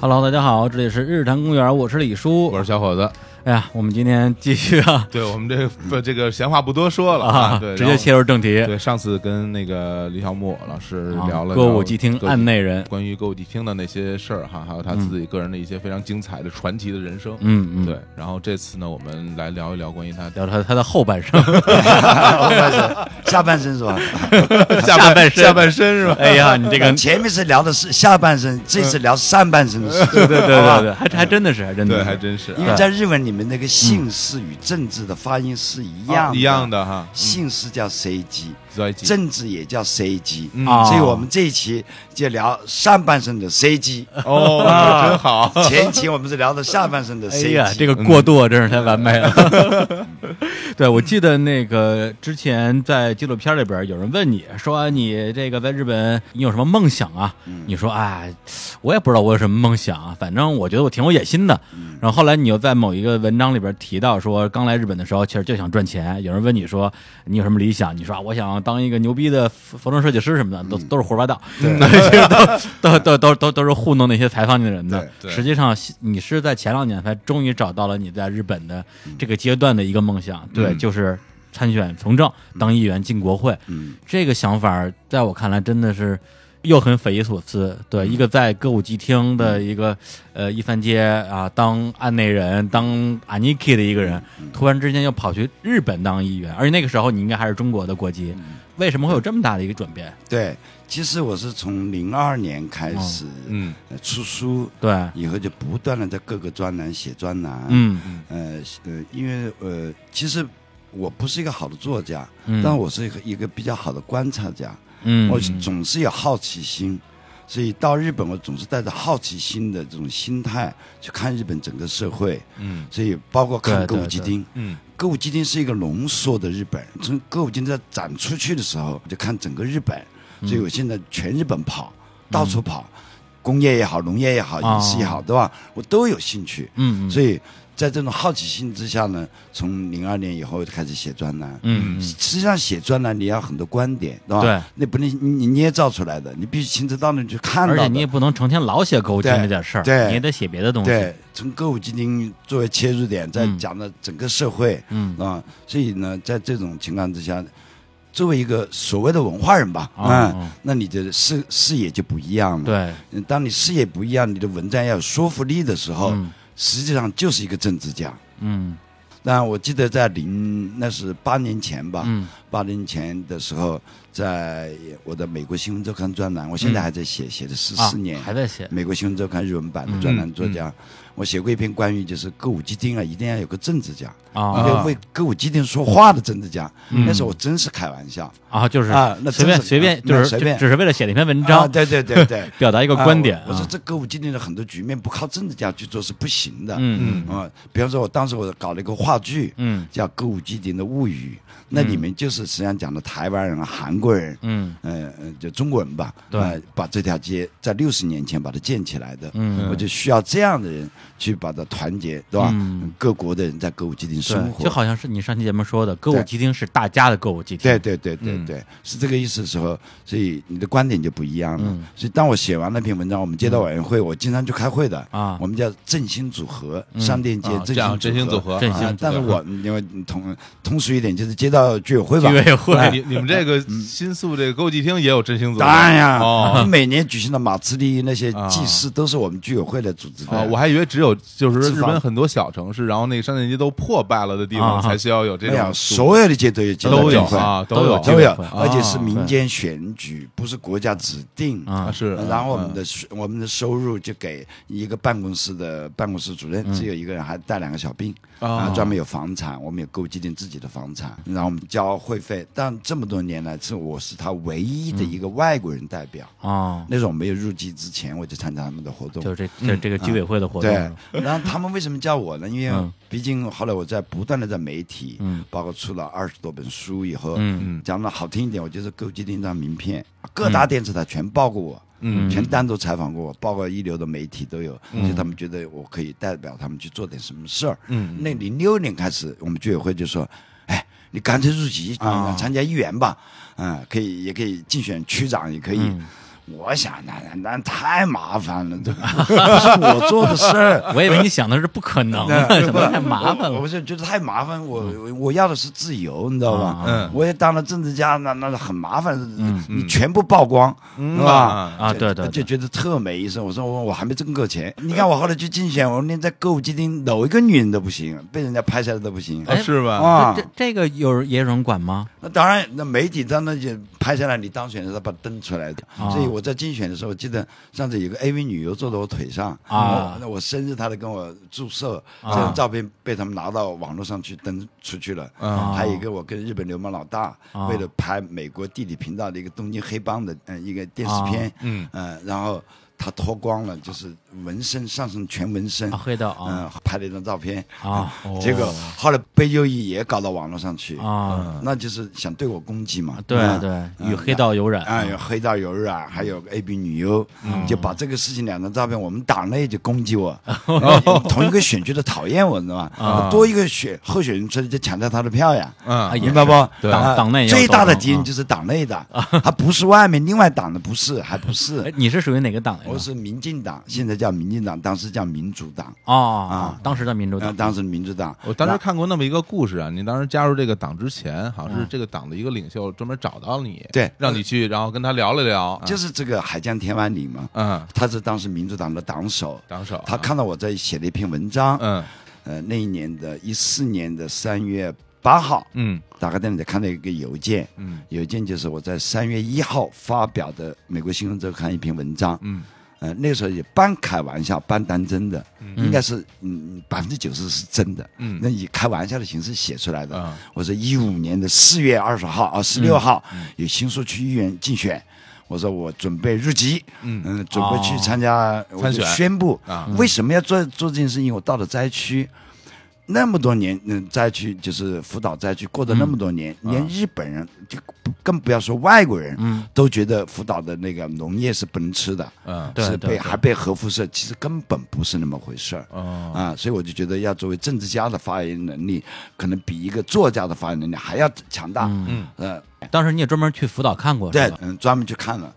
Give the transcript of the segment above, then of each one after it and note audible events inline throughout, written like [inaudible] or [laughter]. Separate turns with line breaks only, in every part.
Hello，大家好，这里是日坛公园，我是李叔
我。是小伙子。
哎呀，我们今天继续
[laughs]
啊
对我们这不这个闲话不多说了
啊，
对，
直接切
入。
入正题，
对，上次跟那个李小牧老师
啊
聊了
歌
聊
舞伎厅
歌
案内人。
关于歌舞伎厅的那些事儿哈，还有他自己个人的一些非常精彩的传奇的人生。
嗯嗯，
对，，然后这次呢，我们来聊一聊关于他
聊他他的后半生。
我半身，下半身是吧？
下半身
[laughs] 下半身是吧？
哎呀，你这个，
前面是聊的是下半身，这次聊上半身的事。
嗯对对对嗯对对，还还真的是，还真的
对，
是
还真是啊
因为在日本，你们那个姓氏与政治的发音是一
嗯
样
啊一样
的，
的哈，
姓氏叫 C G，
在一起
政治也叫 C G，
嗯
啊 [laughs]
所以我们这一期就聊上半身的 C G，
哦，
啊
真好。
前期我们是聊的下半身的
哎
C
呀，这
G。
个过渡
嗯
啊真是太完美了。
[laughs]
对，我记得那个之前在纪录片里边有人问你说啊你这个在日本你有什么梦想啊？
嗯
你说哎，我也不知道我有什么梦想啊，反正我觉得我挺有野心的。
嗯
然后后来你又在某一个文章里边提到说，刚来日本的时候其实就想赚钱。有人问你说你有什么理想？你说啊，我想当一个牛逼的服服装设计师什么的，都
嗯
都是胡说八
[laughs]
道，都 [laughs] 都都都都都是糊弄那些采访你的人的。
对对
实际上你是在前两年才终于找到了你在日本的这个阶段的一个梦想，对，
嗯
就是参选从政，当议员进国会。
嗯，
这个想法儿在我看来真的是又很匪夷所思。对，
嗯
一个在歌舞伎厅的一个呃一番街啊当案内人、当 aniki 的一个人，
嗯
突然之间又跑去日本当议员，而且那个时候你应该还是中国的国籍，
嗯
为什么会有这么大的一个转变？
对，其实我是从零二年开始
哦
嗯
呃出书，
对，
以后就不断的在各个专栏写专栏，
嗯
呃呃，因为呃，其实我不是一个好的作家，
嗯，
但我是一个一个比较好的观察家，
嗯
我总是有好奇心。所以到日本，我总是带着好奇心的这种心态去看日本整个社会，
嗯
所以包括看歌
对对
舞伎町，
嗯
歌舞伎町是一个浓缩的日本。从歌舞伎町在展出去的时候，就看整个日本，
嗯
所以我现在全日本跑，到处跑，工业也好，农业也好，
哦
饮食也好，对吧？我都有兴趣。
嗯嗯
所以在这种好奇心之下呢，从零二年以后就开始写专栏。
嗯
实实际上写专栏你要很多观点，对吧？
对，
那不能你你捏造出来的，你必须亲自到那里去看到
而
的。
且你也不能成天老写歌舞厅
对
这点事儿，
对
你也得写别的东西。
对，从歌舞伎町作为切入点，再
嗯
讲到整个社会，
嗯
啊，所以呢，在这种情况之下，作为一个所谓的文化人吧，
哦哦
嗯，那你的视视野就不一样了。
对，
嗯，当你视野不一样，你的文章要有说服力的时候，
嗯
实际上就是一个政治家。
嗯
那我记得在零那是八年前吧，
嗯
八年前的时候，在我的《美国新闻周刊》专栏，我现在还在写，写了十
嗯啊
四年，，嗯
还在写，嗯
美国新闻周刊》日文版的专栏作家，我写过一篇关于就是歌舞伎町啊，一定要有个政治家，
啊嗯
一个为歌舞伎町说话的政治家。那时候我真是开玩笑
啊，就是
啊那
随
真
便
是
随便，
啊
就
那
是
随
就
便
只是为了写了一篇文
啊，
章，
对对对
[laughs]
对，
表达一个
啊
观点。
我我
啊
说这歌舞伎町的很多局面不靠政治家去做是不行的。
嗯
啊、比方说我当时我搞了一个话剧，
嗯
叫《歌舞伎町的物语》，那里面就是实际上讲的台湾人、啊韩国人，
嗯
嗯、呃，就中国人吧，
对
呃把这条街在六十年前把它建起来的，
嗯
我就需要这样的人去把它团结，对吧？
嗯
各国的人在歌舞伎町生
对，
活，
就好像是你上期节目说的，歌舞
对
伎厅是大家的歌舞伎厅。
对对对对
嗯
对，是这个意思的时候，所以你的观点就不一样了。
嗯
所以当我写完那篇文章，我们街道委员会，我经常去开会的
啊
我们叫振兴组合，商店街
啊这样振
振
兴
兴
组
组
合，
振兴组
啊
合，
但是我因为通通俗一点，就是街道居委会吧
居。委
[laughs]
会
[laughs] 哎，你你们这个新宿这个歌舞伎厅也有振兴组合，
嗯当然 [laughs] 呀，
哦，
每年举行的马自立那些
啊
祭祀都是我们居委会来组织
啊，
的。
我还以为只有就是
脂肪
日本很多小城市，然后那个商店街都破败了的地
啊
方才需要有这
没有，
种
哎所有的街都有街道
都
居委
有
会，
啊，
[laughs] 都有
有
街
都有
居委会，
而且是民间选举，不是国家指定
啊
啊，是。
然后我们
嗯
的收我们的收入就给一个办公室的办公室主
嗯
任，只有一个人，还带两个小兵
哦
啊，专门有房产，我们有购基金自己的房产，然后我们交会费。但这么多年来，是我是他唯一
嗯
的一个外国人代表。
啊，
那时候我没有入籍之前，我就参加他们的活动
就。是这这这个居委会的活动。
对，然后他们为什么叫我呢？因为
嗯
毕竟后来我在不断的在媒体
嗯，
包括出了二十多本书以后，
嗯
讲的好听一点，我就是购基金一张名片，各大电视台全报过我。
嗯
全单独采访过我，包括一流的媒体都有，所
嗯
以他们觉得我可以代表他们去做点什么事儿。
嗯，
那零六年开始，我们居委会就说，哎，你啊
嗯
干脆入籍啊、参加议员吧，啊、可以也可以竞选区长，也可以。我想那那那太麻烦了，这 [laughs] 不是我做的事儿。
我以为你想的是不可能啊
那
的，
不
什么太麻烦
[laughs] 我
了 [laughs]
不是觉得太麻烦，我
嗯
我我要的是自由，你知道
啊
吧？
嗯
我也当了政治家，那那很麻烦，你全部曝光，
嗯
是吧？
嗯啊！
就
对对，
就
对
觉得特没意思。我说我我还没挣够钱，你看我后来去竞选，我连在歌舞伎町搂一个女人都不行，被人家拍下来都不行。
哦是吧？
啊
这，这这个有也有人管吗？
那当然，那媒体他那就拍下来，你当选的时候把它登出来的。
啊
所以我在竞选的时候，我记得上次有个 AV 女优坐在我腿上
啊
我那我生日她都跟我祝寿，
啊
这个照片被他们拿到网络上去登出去了。
啊
还有一个我跟日本流氓老大、
啊
为了拍美国地理频道的一个东京黑帮的嗯、呃一个电视
啊
片，
嗯
呃，然后他脱光了，就是纹身，上身全纹身，
啊，黑道
嗯、
啊
拍了一张照片，
啊
结果后来被右翼也搞到网络上去
啊！
那就是想对我攻击嘛。
对嗯
嗯
对，与黑道有染
啊，有黑道有染，还有 A B 女优，
嗯
就把这个事情两张照片，我们党内就攻
[laughs]
击我，哦同一个选区的讨厌我，你知道吗？多一个选候选人出来就抢掉他的票呀，
啊，
嗯，
也
明白
是
不？
对
啊
党党嗯内也有
最大的
斗争
敌人就是党内的，还不是外面另外党的，不是，还不
哎
是，
你是属于哪个党来着？
我是民进党，现在叫民进党，当时叫民主党，
哦哦，当时的民主
啊，
党
当时民主党，
我当时看过那么一个故事啊，你当时加入这个党之前，好像是这个党的一个领袖专门找到你，
嗯对
让你去，然后跟他聊了
啊
聊，
就是是这个海江天湾里嘛，
嗯，
他是当时民主党的党首，
党首啊，
他看到我在写了一篇文章，
嗯
呃，那一年的一四年的三月八号，
嗯
打开电脑看到一个邮件，
嗯
邮件就是我在三月一号发表的《美国新闻周刊》一篇文章，
嗯
呃，那时候也半开玩笑半当真的，应该是嗯百分之九十是真的，
嗯
那以开玩笑的形式写出来的。
啊
我说一五年的四月二十号啊，十
嗯
六号、有新宿区议员竞选。我说我准备入籍，
嗯哦
嗯，准备去参加，我就
参选
宣布
啊
为什么要做做这件事情？我到了灾区，那么多年，嗯，灾区就是福岛灾区，过的那么多年，
嗯
连
啊
日本人就不更不要说外国人，都觉得福岛的那个农业是不能吃的，
嗯
对
是
对
被
对
还被核辐射，其实根本不是那么回事儿。
哦
啊，所以我就觉得要作为政治家的发言能力，可能比一个作家的发言能力还要强大。
嗯
呃，
当时你也专门去辅导看过，是
对
吧，
嗯，专门去看了，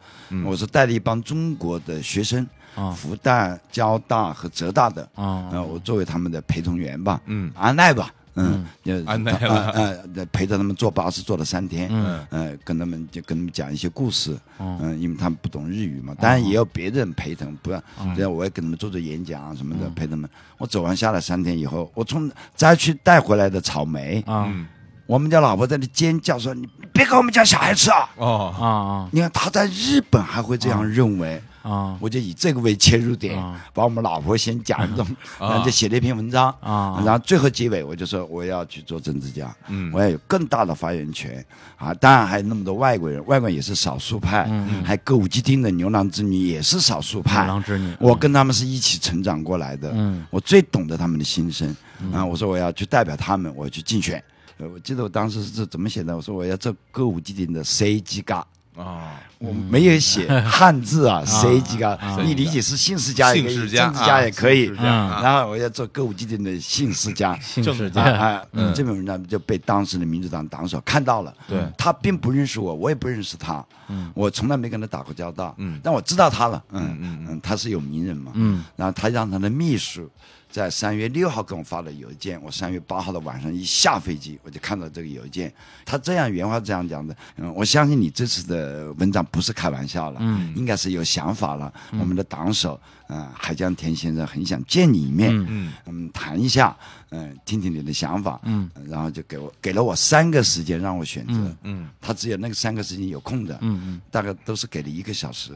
我是带了一帮中国的学生，
嗯啊
复旦、交大和浙大的，
啊
呃，我作为他们的陪同员吧，
嗯
安奈吧，嗯，就
安奈吧
呃，呃呃陪着他们坐巴士坐了三天，
嗯
呃，跟他们就跟他们讲一些故事，
哦
嗯，因为他们不懂日语嘛，当然也有别人陪同，不要，这样我也给他们做做演讲啊什么的，陪他们。我走完下来三天以后，我从灾区带回来的草莓，
啊
嗯
我们家老婆在那尖叫说：“你别给我们家小孩吃啊
啊
哦
啊！”
你看她在日本还会这样认为，
啊
我就以这个为切入点，
啊
把我们老婆先讲一顿，
啊
然后就写了一篇文章，
啊
然后最后结尾我就说我要去做政治家，
嗯
我要有更大的发言权啊！当然还有那么多外国人，外国人也是少数派，还歌舞伎町的牛郎织女也是少数派
牛，郎织女，
我跟他们是一起成长过来的，
嗯
我最懂得他们的心声啊！我说我要去代表他们，我要去竞选。呃我记得我当时是怎么写的，我说我要做歌舞伎町的 C G 嘎。
哦
我没有写汉字啊，C 几个
啊，
你理解是姓氏家也可以，
姓
政
氏
治
家
家也可
啊
以
姓。氏
家
嗯
啊
然后我要做歌舞伎町的姓氏家。
姓
正
氏
啊
家
啊！这篇文章就被当时的民主党党首看到了。
嗯对
他并不认识我，我也不认识他。我从来没跟他打过交道。
嗯
但我知道他了。
嗯嗯
嗯，他是有名人嘛。
嗯
然后他让他的秘书在三月六号给我发了邮件，我三月八号的晚上一下飞机，我就看到这个邮件。他这样原话这样讲的，嗯，我相信你这次的文章不是开玩笑了，
嗯，
应该是有想法了。我们的党首，嗯、海江田先生很想见你一面，
嗯
嗯
嗯，谈一下，嗯、听听你的想法，
嗯，
然后就给我给了我三个时间让我选择，
嗯
他只有那个三个时间有空的，
嗯
大概都是给了一个小时，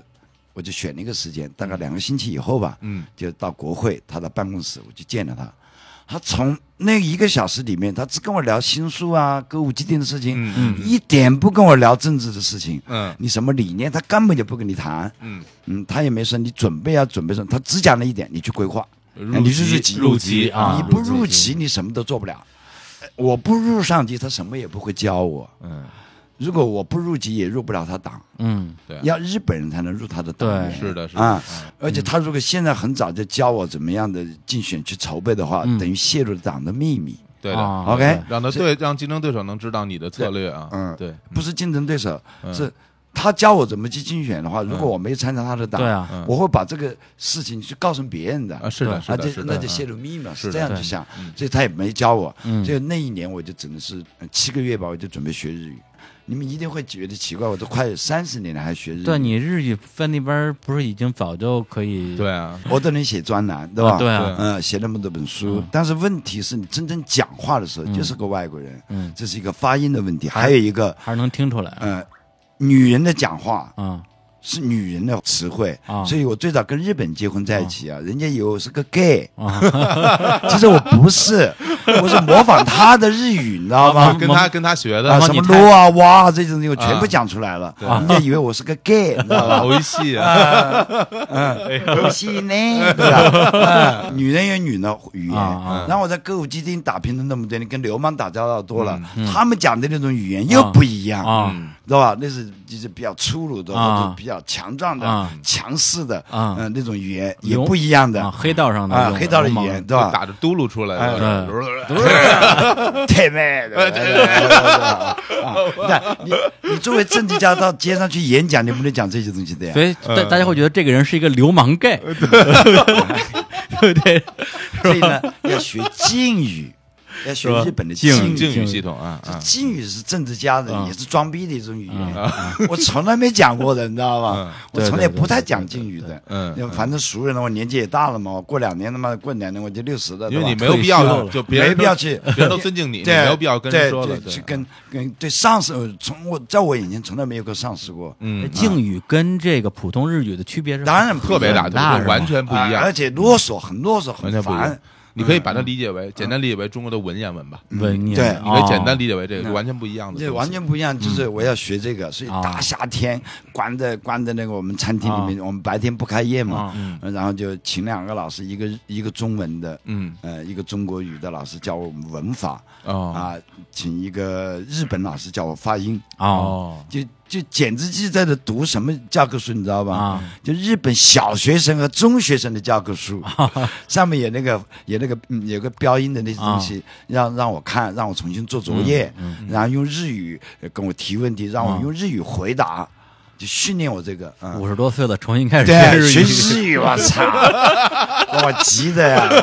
我就选了一个时间，大概两个星期以后吧，
嗯
就到国会他的办公室，我就见了他。他从那一个小时里面，他只跟我聊新书啊、歌舞伎町的事情，
嗯嗯
一点不跟我聊政治的事情。
嗯
你什么理念，他根本就不跟你谈。
嗯
嗯，他也没说你准备要准备什么，他只讲了一点，你去规划，
嗯入
哎你是
籍
入籍
入籍啊
你不入籍你什么都做不了。呃我不入上级，他什么也不会教我。
嗯
如果我不入籍，也入不了他党。
嗯
对
要日本人才能入他的党
对
员。
是的是的嗯
啊，而且他如果现在很早就教我怎么样的竞选去筹备的话，
嗯
等于泄露了党的秘密，
对的
啊
OK
让他对让竞争对手能知道你的策略啊
嗯
对嗯
不是竞争对手，是他教我怎么去竞选的话，如果我没参加他的党，
对啊
我会把这个事情去告诉别人的
嗯啊，是的，是
而
的，
且
是
那
的，
就泄
嗯
露秘密嘛，
是的嗯
是这样去想，所以他也没教我。
嗯
所以那一年我就只能是呃七个月吧，我就准备学日语。你们一定会觉得奇怪，我都快三十年了还学日语，
对，你日语在那边不是已经早就可以
对啊，
我都能写专栏，对吧？
啊对啊
对
嗯，写那么多本书，但是问题是你真正讲话的时候就是个外国人，
嗯
这是一个发音的问题，还有一个
还是能听出来啊
呃，女人的讲话
啊
是女人的词汇，
啊
所以我最早跟日本结婚在一起啊，人家以为我是个 gay，
啊！
其实我不是，我是模仿他的日语，你知道
啊
吗？
跟他跟他学的
啊，
后
什
你
么
太
撸啊、哇啊这些东西我全部讲出来了，人家以为我是个 gay，你知道吧？
好戏啊， [laughs]
啊，嗯，西呢，对吧？嗯女人有女的语言
啊啊，
然后我在歌舞伎町打拼了那么多年，跟流氓打交道多了，他们讲的那种语言又不一样
啊
嗯知道吧？那是就是比较粗鲁的，
啊
或者比较强壮的
啊、
强势的，
啊
嗯，那种语言也
流
不一样的
啊，黑道上的
啊
这，种
黑道的语
流氓
言，对吧？
打着嘟噜出来
哎
的，
太妹的，啊！那你你作为政治家到街上去演讲，你不能讲这些东西的呀
所。以大大家会觉得这个人是一个流氓
[laughs]
gay，对不对？
所以呢，要学敬
[laughs]
语，要学日本的敬
敬
敬
语。
啊语系统啊
这
啊，
敬语是政治家的，
嗯
也是装逼的一种语言。
啊
[laughs] 我从来没讲过的，你知道吧？我从来不太讲敬语的。
嗯
因为反正熟人了，我年纪也大了嘛，我过两年他妈过两年我就六十了，
因为
对吧
你没有必要
退休了
就别人
没必
都
要去
别人都尊敬你，你
对，
没有必要跟人
对
说了，
对
对
去跟跟对上司，呃从我在我眼前从来没有过上司过。
嗯，
哎敬语跟这个普通日语的区别是什么？
当然不
特别
一样
大，
那
就是
是
完全不一
啊
样
而，且啰嗦，很啰嗦，
完全
很
不一样
烦。。嗯
你可以把它理解为，简单理解为中国的文言文吧，
文言，
对
你可以简
哦
单理解为这个完全不一样的东西，
嗯这完全不一样，就是我要学这个，所以
啊
大夏天关在关在那个我们餐厅里面，我们白天不开业嘛，然后就请两个老师，一个一个中文的，
嗯
呃，一个中国语的老师教我们文法
哦
啊，请一个日本老师教我发音，
哦
哦
就就简直就在这读什么教科书，你知道吧？
啊
就日本小学生和中学生的教
[laughs]
科书，上面有那个有那个、嗯有个标音的那些
啊
东西，让让我看，让我重新做作业，然后用日语呃跟我提问题，让我
嗯
用日语回答，就训练我这个。嗯
啊五十多岁了，重新开始
对，
日
学
语， [laughs]
日语，我操， [laughs] 把我急的呀！ [laughs]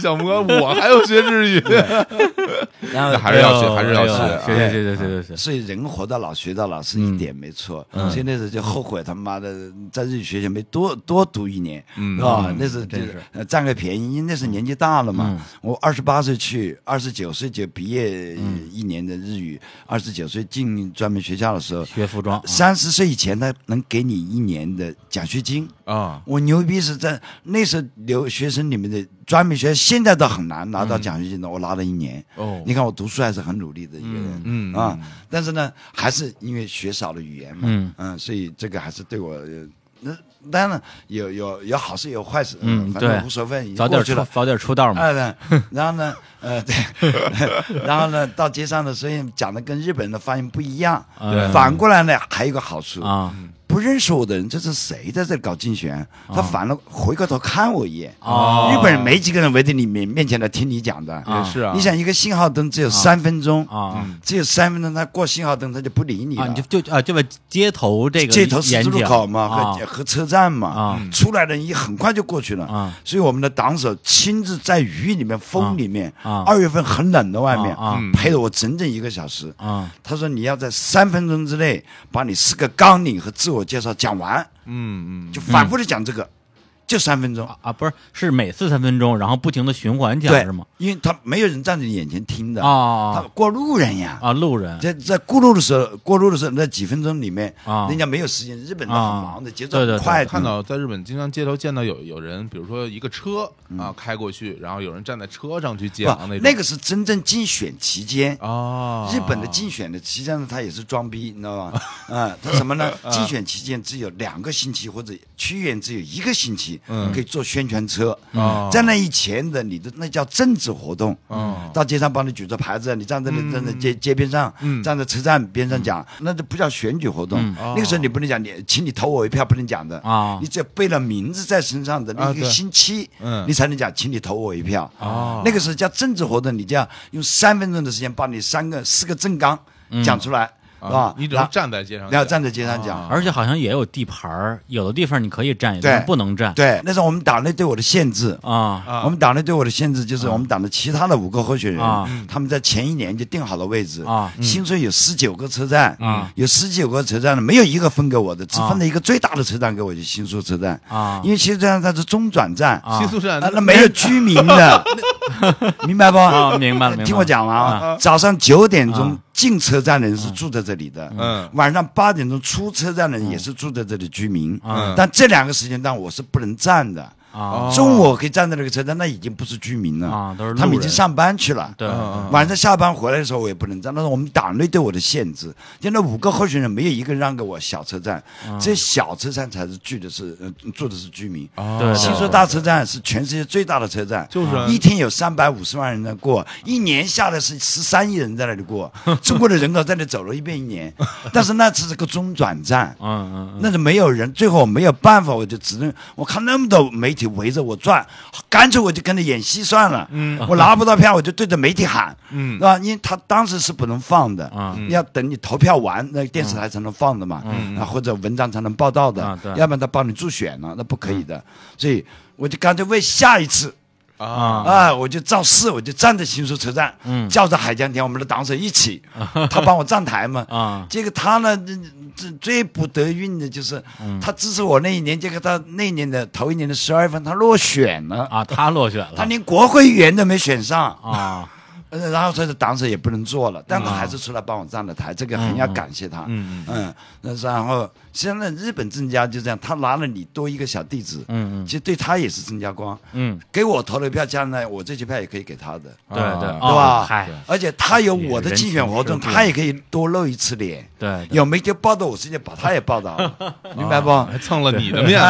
小莫，我还要学日语，
然后
还是要学，还是要
哎呦
啊
学。
学学学学学学学，
所以人活到老学到老
嗯
是一点没错，所以那时候就后悔他妈的在日语学校没多多读一年，是吧？那时候就
嗯真
是
是嗯
呃占个便宜，因为那时候年纪大了嘛。我二十八岁去，二十九岁就毕业一年的日语，二十九岁进专门学校的时候，
嗯学服装啊
三十岁以前他能给你一年的奖学金。
[laughs] 啊，
我牛逼是在那时候留学生里面的专门学校，现在都很难拿
嗯
到奖学金的，我拿了一年。
哦
你看我读书还是很努力的一个人，
嗯
啊，但是呢，还是因为学少了语言嘛，
嗯
所以这个还是对我，呃那当然有有有好事有坏事，
嗯
反正
对
无所谓，已
早点
经过去
出
了。
早点出道嘛，
嗯，然后呢， [laughs] 呃，对， [laughs] 然后呢，到街上的时候讲的跟日本人的发音不一样，
对
反过来呢，还有一个好处，
啊
不认识我的人，这是谁在这搞竞选？他反了，回过头看我一眼。
哦
日本人没几个人围在你面面前来听你讲的。
啊
也是啊，
你想一个信号灯只有三分钟，
啊
只有三分钟，他过信号灯他就不理你
啊，
了。
你就就啊，就在街头这个
嗯街头十
演
字路
讲
口嘛，
啊
和和车站嘛，
啊
出来的人也很快就过去了。
啊
所以我们的党首亲自在雨里面、风里面，
啊
二月份很冷的外面，
啊啊
陪了我整整一个小时。
啊
他说你要在三分钟之内把你四个纲领和自我介绍讲完，
嗯嗯，
就反复的讲这个，就三分钟。
啊，不是，是每次三分钟，然后不停的循环讲
对
是吗？，
因为他没有人站在你眼前听的，他
啊
过路人呀。
啊，路人
在在过路的时候，过路的时候那几分钟里面，
啊
人家没有时间，日本人
啊
很忙的，节奏
对对
很
对
快的，
看到在日本经常街头见到有有人，比如说一个车啊开过去，然后有人站在车上去讲
不
那种，
嗯那个是真正竞选期间。
啊，
日本的竞选的，实际上他也是装逼，你知道吧？
哦
啊，他什么
[laughs]
呢？竞选期间只有两个星期，或者区议员只有一个星期，可以坐宣传车。
嗯哦
在那以前的，你的那叫政治活动。
哦嗯
到街上帮你举着牌子，你站在那站在街街边上，站在车站边上讲，那就不叫选举活动。
嗯哦
那个时候你不能讲，你请你投我一票，不能讲的。
啊
你只有背了名字在身上的那
啊
一
对
个星期，
嗯
你才能讲，请你投我一票。
哦
那个时候叫政治活动，你就要用三分钟的时间把你三个、四个政纲讲出来。是吧？
啊你只
啊然
能
后
站在街上讲，
然后站在街上
啊
讲，
而且好像也有地盘儿，有的地方你可以站，有的地
对
方不能站。
对，那时候我们党内对我的限制。
啊
啊
我们党内对我的限制就是，我们党的其他的五个候选人
啊，
他们在前一年就定好了位置
啊
新春有十九个车站
啊
有十九个车站呢，没有一个分给我的，只
啊
分了一个最大的车站给我，就新宿车站
啊
因为新宿车站它是中转站
啊
新宿站
啊，那没有居民的，明白不？
啊，明白了，明白了。
听我讲完啊，早上九点钟进车站的人是住在这里的，
嗯
晚上八点钟出车站的人也是住在这里居民，
嗯
但这两个时间段我是不能站的。
啊
哦
中午我可以站在那个车站，那已经不是居民了，
啊都是路人
哦他们已经上班去了。
对
嗯
晚上下班回来的时候，我也不能站，那是我们党内对我的限制。就那五个候选人，没有一个让给我小车站，这小车站才是聚的是呃住的是居民。
哦
对对
新宿大车站是全世界最大的车站，
就是啊
一天有三百五十万人在过，一年下来是十三亿人在那里过，中国的人口在那里走了一遍一年，但是那只是个中转站。
嗯嗯
那是没有人，最后我没有办法，我就只能我看那么多媒体围着我转，干脆我就跟着演戏算了。嗯，我拿不到票，我就对着媒体喊，嗯，是吧？因为他当时是不能放的，
啊嗯
你要等你投票完，那电视台才能放的嘛，啊，或者文章才能报道的，
啊对嗯
要不然他帮你助选了，那不可以的。所以我就干脆为下一次。
啊，
啊，我就造势，我就站在新宿车站，
嗯
叫着海江田我们的党首
[laughs]
一起，他帮我站台嘛。
啊
结果他呢，这这最不得运的就是，
嗯
他支持我那一年，结果他那一年的头一年的十二月份他落选了，
啊，他落选
他
了
连国会议员都没选上，
啊嗯
呃然后他的党首也不能做了，但他还是出来帮我站了台，这个很要感谢他。嗯嗯，那然后现在日本政家就这样，他拿了你多一个小弟子，
嗯嗯
其实对他也是增加光。
嗯，
给我投了票，将来我这些票也可以给他的，
对对
啊
哦
对吧
嗨，
而且他有我的竞选活动，
人情世故
他也可以多露一次脸。
对对
[laughs] 有媒体报道我事情，把他也报
[laughs]
道了，明白不？
哦
还蹭了你的面子还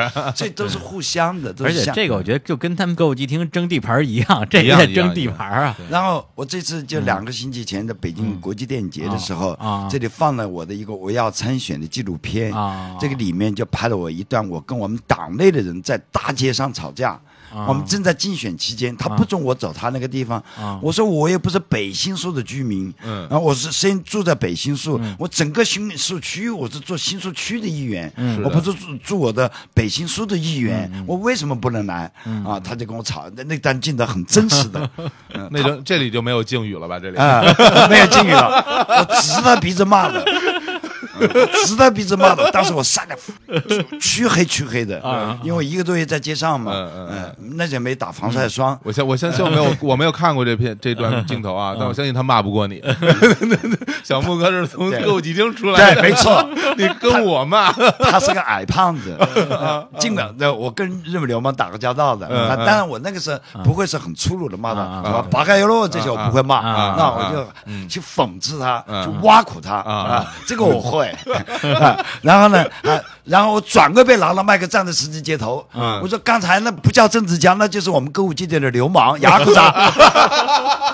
啊
是？，
[laughs] 所以都是互相的，都
而
是
且
相
这个我觉得就跟他们歌舞伎町争地盘儿一样， [laughs] 这
一样
也
一样
争
一
地
样
盘儿啊。
然后我这次就两个星期前的北京国际电影节的时候，
嗯啊啊
这里放了我的一个我要参选的纪录片，
啊
这个里面就拍了我一段我跟我们党内的人在大街上吵架。我们正在竞选期间，他不准我走他那个地方。
啊
我说我又不是北新宿的居民，
嗯
然后我是先住在北新宿，
嗯
我整个新宿区我是做新宿区的议员，
嗯
是的
我不是住住我的北新宿的议员，我为什么不能来？
嗯
啊，他就跟我吵，那那段镜头很真实的，嗯
那就这里就没有敬语了吧？这里
啊、没有敬语了，我直他鼻子骂的，嗯直他鼻子骂的。当时我吓得黢黑黢黑的，因为一个多月在街上嘛，
啊嗯嗯
嗯，那时候没打防晒霜，
我相我相信我没
[laughs]
有我没有看过这片这段镜头
嗯
啊，但我相信他骂不过你。 [laughs] 小木哥是从
对
歌舞伎町出来
嗯对，
的，
没错，
[laughs] 你跟我
[laughs]
骂，
他是个矮胖
[laughs]
子，
嗯
呃尽管呃我跟日本流氓打过交道的，
嗯
那
嗯
当然我那个时候不会是很粗鲁的骂
嗯
他，什么拔开喽这些我不会骂，
嗯嗯
那我就去讽刺他，去挖苦他
嗯
啊，这个我会。 [laughs] 啊然后呢，啊，然后我转过背拿了麦克站在十字街头，
嗯
我说刚才那不叫政治家，那就是我们歌舞伎町的流氓牙骨渣。 [laughs]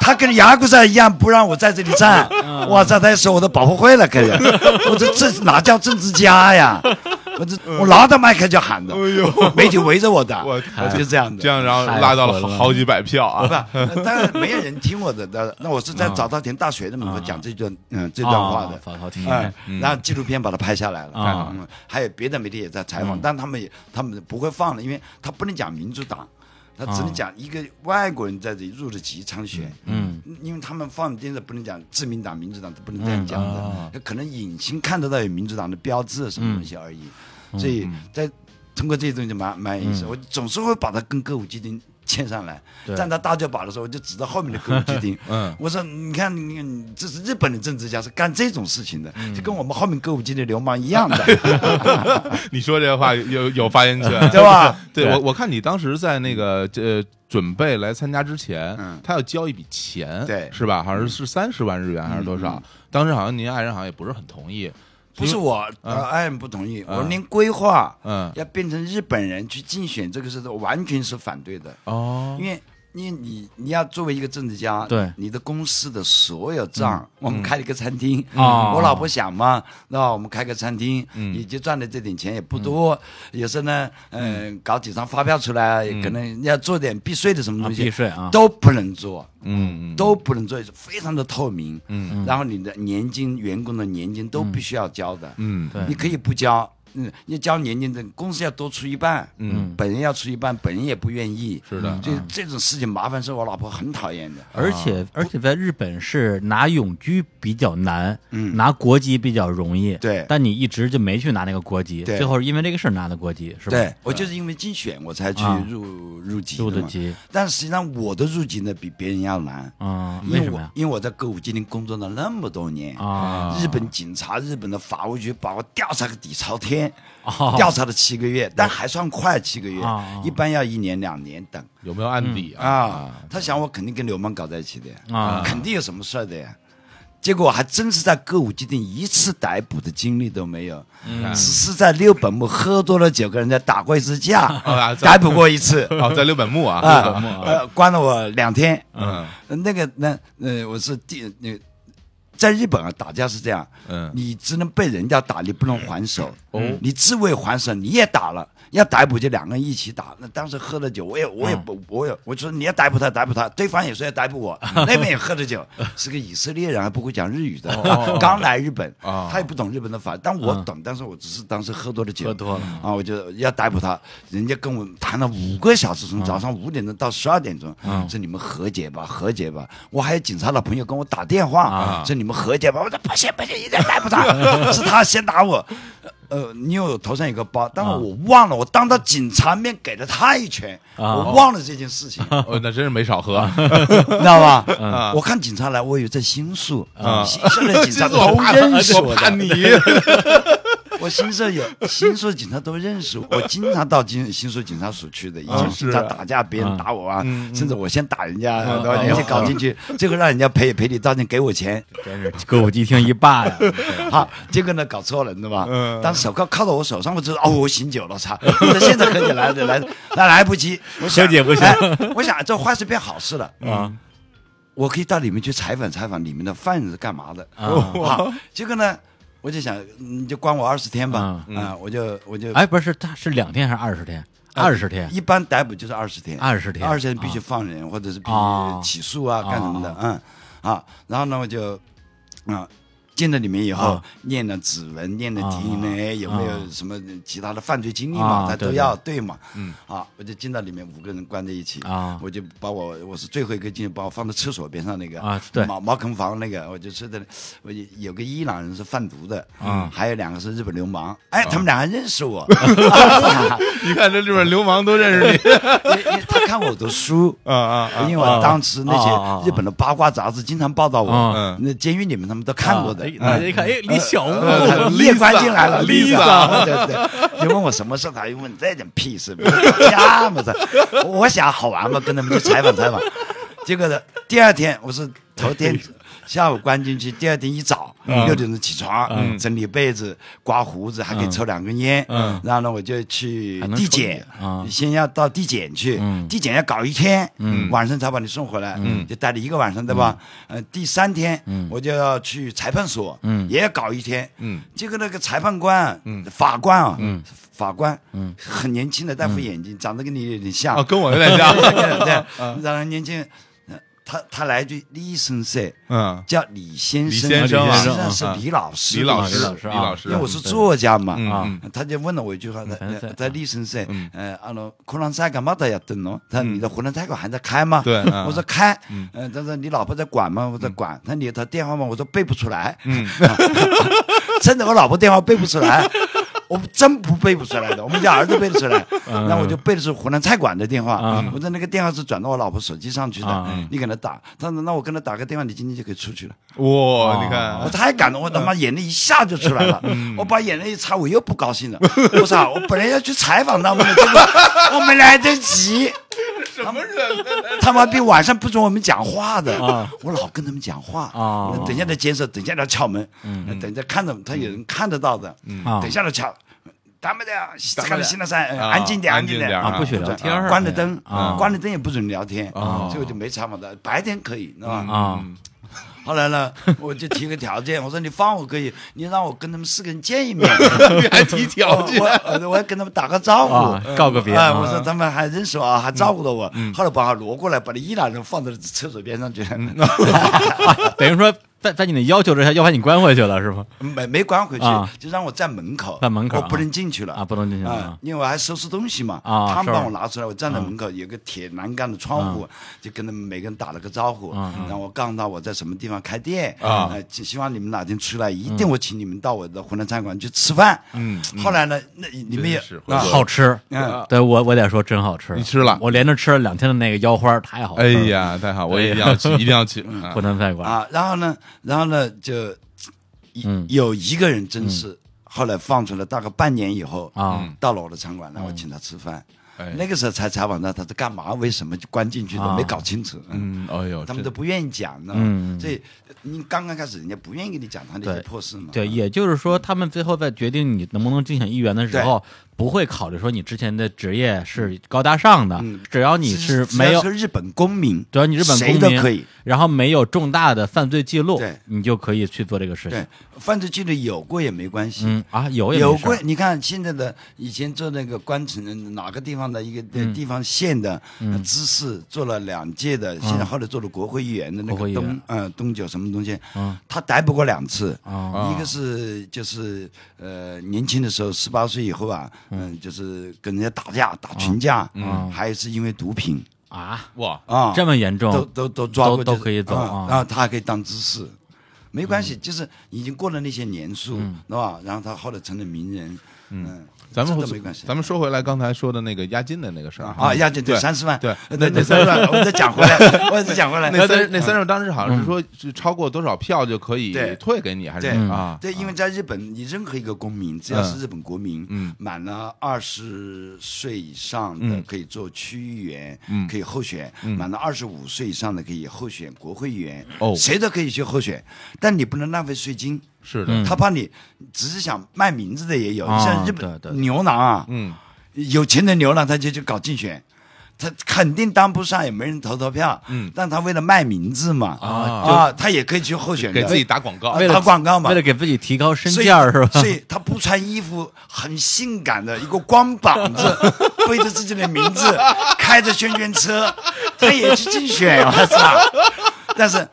他跟牙骨仔一样，不让我在这里站。哇塞，他说我都保护会了，可以。我这这哪叫政治家呀？我这我拿到麦克就喊的，媒体围着我的，
我哎
我就这样的。
这样然后
太
拉到了
混了
好几百票
不
啊！，
当然没有人听我的。那那我是在早稻田大学的门口讲这段嗯这
这
段话的。
哦好好听。
嗯，然后纪录片把它拍下来了，
啊嗯
嗯还有别的媒体也在采访，但他们也他们不会放了，因为他不能讲民主党，他只能讲一个外国人在这里入的籍参选，
嗯，
因为他们放电视不能讲自民党、民主党，都不能这样讲
哦
的，可能隐形看得到有民主党的标志什么东西而已，
嗯
所以在通过这些东西蛮蛮有意思，我总是会把它跟歌舞伎町牵上来，
对
站到大脚把的时候，我就指着后面的歌舞伎町，
[laughs] 嗯，
我说，你看，你看，你这是日本的政治家是干这种事情的，
嗯
就跟我们后面歌舞伎的流氓一
[laughs]
样的，
[laughs] 你说这话有有发言权，
[laughs] 对吧？
对
对
我，我看你当时在那个呃准备来参加之前，
嗯
他要交一笔钱，
对嗯
是吧？好像是三十万日元还是多少？当时好像您爱人好像也不是很同意，
不是我，呃，爱人不同意，
嗯
我连规划
嗯，
要变成日本人去竞选这个事，我完全是反对的，
哦
因为因为你你要作为一个政治家，
嗯对嗯
你的公司的所有账，我们开了一个餐厅
哦
我老婆想嘛，那我们开个餐厅，
嗯
以及赚的这点钱也不多，有时候呢，嗯，搞几张发票出来，可能要做点避税的什么东
嗯
西，
啊避税啊
都不能做，
嗯，
都不能做，非常的透明，嗯，然后你的年金员工的年金都必须要交的，
嗯
对
你可以不交。嗯，你交年金的公司要多出一半，嗯，本人要出一半，本人也不愿意，
是的
所以
嗯
这种事情麻烦是我老婆很讨厌的。
而
啊
且而且在日本是拿永居比较难，拿国籍比较容易。
嗯对
但你一直就没去拿那个国籍，
对
最后是因为这个事儿拿的国籍，是吧？
对，我就是因为竞选我才去
啊
入入籍
入
的
的
嘛。
籍，
但实际上我的入籍呢比别人要难，
嗯，
因
为
为
什么
我
呀？
因为我在歌舞伎町工作了那么多年
啊，
日本警察、日本的法务局把我调查个底朝天
哦，
调查了七个月，但还算快，七个月
啊，
一般要一年两年等
有没有案底啊？
啊。他想我肯定跟流氓搞在一起的呀，
啊
肯定有什么事儿的呀。结果还真是在歌舞伎町一次逮捕的经历都没有，
嗯
只是在六本木喝多了酒跟人家打过一次
[laughs]
架
啊，
逮捕过
[laughs]
一次
哦，在六本木啊，
啊
六本木，啊，
呃，关了我两天。
嗯
那个呢，呃，我是第那。在日本啊，打架是这样，
嗯
你只能被人家打，你不能还手。
哦
你自卫还手，你也打了，要逮捕就两个人一起打。那当时喝了酒，我也我也不、我也我说你要逮捕他，逮捕他，对方也说要逮捕我， [laughs] 那边也喝着酒，是个以色列人，还不会讲日语的，刚来日本，
哦
他也不懂日本的法，但我懂，但是我只是当时喝多了酒，
喝多了
啊，我就要逮捕他，人家跟我谈了五个小时，从早上五点钟到十二点钟，说你们和解吧，和解吧。我还有警察的朋友跟我打电话，说你们和解吧。我说不行不行，一定逮捕他，是他先打我。呃，因为我头上有个包，但是我忘了，我当着警察面给了他一拳，我忘了这件事情，
哦，那真是没少喝，
啊你知道吧？我看警察来，我以为在新宿，
啊
[laughs] 新宿的警察
这我
都
怕
认
嗯
识
哎我
我
怕
的，
你，
我新社有新社警察都认识我，我经常到新新社警察署去的，以前经常打架，别人打我啊，甚至我先啊打人家，然后人家搞进 [laughs] 去，最后让人家赔赔礼道歉给我钱，
真是歌舞伎町一霸 [laughs] 呀！
好，结果呢搞错了，你知道吧？当时手铐铐到我手上，我知道哦，我醒酒了，操！ [laughs] 那现在和解来得来 [laughs] 得那来不及，我想
和解不行
哎我想这坏事变好事了啊。我可以到里面去采访采访里面的犯人是干嘛的
啊
好，结果呢，我就想你就关我二十天吧
嗯
啊，我就我就
哎，不是，他是两天还是二十天？二十天
啊一般逮捕就是二十天，
20天
二十天必须放人，或者是必
啊
须起诉啊，
啊
干什么的，嗯，啊，然后呢，我就，啊，进了里面以后
啊，
验了指纹，验了
啊
DNA，有没有什么其他的犯罪经历嘛
啊，
他都
对对
要对嘛，嗯，啊，我就进到里面五个人关在一起
啊
我就把我我是最后一个进，把我放到厕所边上那个
啊对
茅茅坑房那个，我就睡在那，我有有个伊朗人是贩毒的，
啊
还有两个是日本流氓，哎，他们俩还认
[laughs]
识我。
你看这日本流氓都认识
[laughs]
你，
因为因为他看我
[laughs]
的书
啊啊啊
因为我当时
啊啊
那些日本的八卦杂志经常报道
啊
我，那监狱里面他们都看过的嗯
哎。大家一看，哎，李小
呃
璐 [laughs]
呃
你也关进来了
Lisa
，Lisa，对对，就问我什么事，他又问这点屁事，瞎嘛这，我想好玩嘛，跟他们去采访采
[laughs]
访。结果呢，第二天我是头
哎
天下午关进去，第二天一早
嗯
六点钟起床，整理被子、刮胡子，还可以抽两根烟。然后呢，我就
嗯
去
还能
地
抽
检
烟啊，嗯
先要到地检去，地检要搞一天，晚上才把你送回来，
嗯
就待了一个晚上，对吧？呃，第三天我就要去裁判所，
嗯
也要搞一天。结果那个裁判官，法官啊，
嗯
法官，很年轻的，戴副眼镜，长得跟你有点像
啊，，跟我有点像，
对
[laughs]
[laughs] 对，
嗯
然后年轻人，呃他他来一句李先生，
嗯，
叫李先生，
李先生啊
实际上是李老师，
李老
李
师，
老师
李
啊
老师
因为，我是作家嘛，
嗯
啊
嗯，
他就问了我一句话，他
嗯
他他李先生
嗯，
呃，あの湖南菜干嘛的呀？等侬，他说你的湖南菜馆还在开吗？
对嗯
[laughs] 我说开，嗯，他说你老婆在管吗？我说管，他说你有他电话吗？我说背不出来，嗯， [laughs] 真的，我老婆电话背不出来。我真不背不出来的，我们家儿子背得出来，那我就背的是湖南菜馆的电话
嗯，
我说那个电话是转到我老婆手机上去的
嗯，
你给他打，他说那我跟他打个电话，你今天就可以出去了。
哇，你
我
看，
太感动，我他妈眼泪一下就出来了。
嗯
我把眼泪一擦，我又不高兴了。我操！我本来要去采访他们的，结果我没来得及。
[laughs] 什么人？
他妈逼，晚上不准我们讲话的
啊，
我老跟他们讲话
啊
那等一下
嗯
来监视，等一下来敲门，等一下看着他有人看得到的，
啊
等一下来敲。他们的，
咱们的
看了新的山，呃
啊
安静点，
安静
点
点
啊不许聊
这
天儿
关着灯
啊，
关着灯也不准聊天，
啊
所以我就没采访到。白天可以，知道吧？
啊
嗯
后
[laughs]
来呢，我就提个条件，我说你放我可以，你让我跟他们四个人
[laughs]
见一面，
你还提条件
哦我呃我我要跟他们打个招
啊
呼，
告个别
哎
啊嗯
我说他们还认识我啊，还照顾到我。后来把他挪过来，把那伊朗人放到厕所边上去，
嗯等于说在在你的要求之下，要把你关回去了是吗？
没没关回去
啊，
就让我站门口，
在门口
我
啊
不能进去了
啊不能进去了
啊
啊
因为我还收拾东西嘛，
啊是
他
嗯
们帮我拿出来，我站在门口有个铁栏杆的窗户，就跟他们每个人打了个招呼，
嗯
然后我告诉他我在什么地方开店
啊
呃就希望你们哪天出来，一
嗯
定我请你们到我的湖南餐馆去吃饭。
嗯，
后来呢，那你们也
真是会
啊
做
好吃，
嗯
对我我得说真好吃，
你吃了
我连着吃了两天的那个腰花，太好吃
哎
了，
呀，太好，我一定要
哎
去，一定要去。啊
湖南菜馆，
啊，然后呢，然后呢，就一
嗯
有一个人真是后来放出来，大概半年以后
啊
嗯
到了我的餐馆，让我请他吃饭。
哎
那个时候才采访到他是干嘛，为什么就关进去的，
啊
没搞清楚。
嗯，哎呦，
他们
这
都不愿意讲呢
嗯，
所以你刚刚开始，人家不愿意跟你讲他那
对
些破事嘛。啊
对，也就是说，他们最后在决定你能不能竞选议员的时候，不会考虑说你之前的职业是高大上的，
嗯
只要你
只
是
只要
没有
是，日本公民，
只要你日本
谁
公
都
民
可以。
然后没有重大的犯罪记录
对，
你就可以去做这个事情
对。，犯罪记录有过也没关系，
嗯啊，有也
有
没事
过，你看现在的以前做那个官城哪个地方的一个
嗯
呃地方县的呃知事，做了两届的，现在后来做了国会议员的
嗯
那
国会
个
议员
东呃东九什么东西
嗯，
他逮捕过两次，
啊
啊
一个是就是呃年轻的时候十八岁以后啊，嗯，就是跟人家打架打群架，嗯还有是因为毒品
啊，
哇，
啊，
这么严
都
重，
都都抓过
都
就
都
是，
可以走
啊
啊，
然后他还可以当知识，没关系，就是已经过了那些年数，是吧？然后他后来成了名人，嗯，
咱们
这都没关系，
咱们说回来刚才说的那个押金的那个事儿哈
啊，押金对
对
三十万，
对
呃对对三十万，我再讲回来，我再讲回来，
那三那三十当时好像
嗯
是说是超过多少票就可以
对
退给你，还是
对
啊？
对，因为在日本，你任何一个公民，只要是日本国民，
嗯
满了二十岁以上的可以做区议员，
嗯
可以候选；满了二十五岁以上的可以候选国会议员，
哦
谁都可以去候选，但你不能浪费税金。
是
嗯
的，
他怕你只是想卖名字的也有，
啊
像日
对
本
对
牛郎啊，
嗯，
有钱的牛郎他就去搞竞选。他肯定当不上，也没人投投票。
嗯
但他为了卖名字嘛，
啊
啊，他也可以去候选的，
给自己打广告
啊
为了
打广告嘛
为了给自己提高身
所以
价是吧？ [laughs]
所以他不穿衣服，很性感的一个光膀
[laughs]
子，背着自己的名字，开着宣传车，他也去竞选，我操！但是。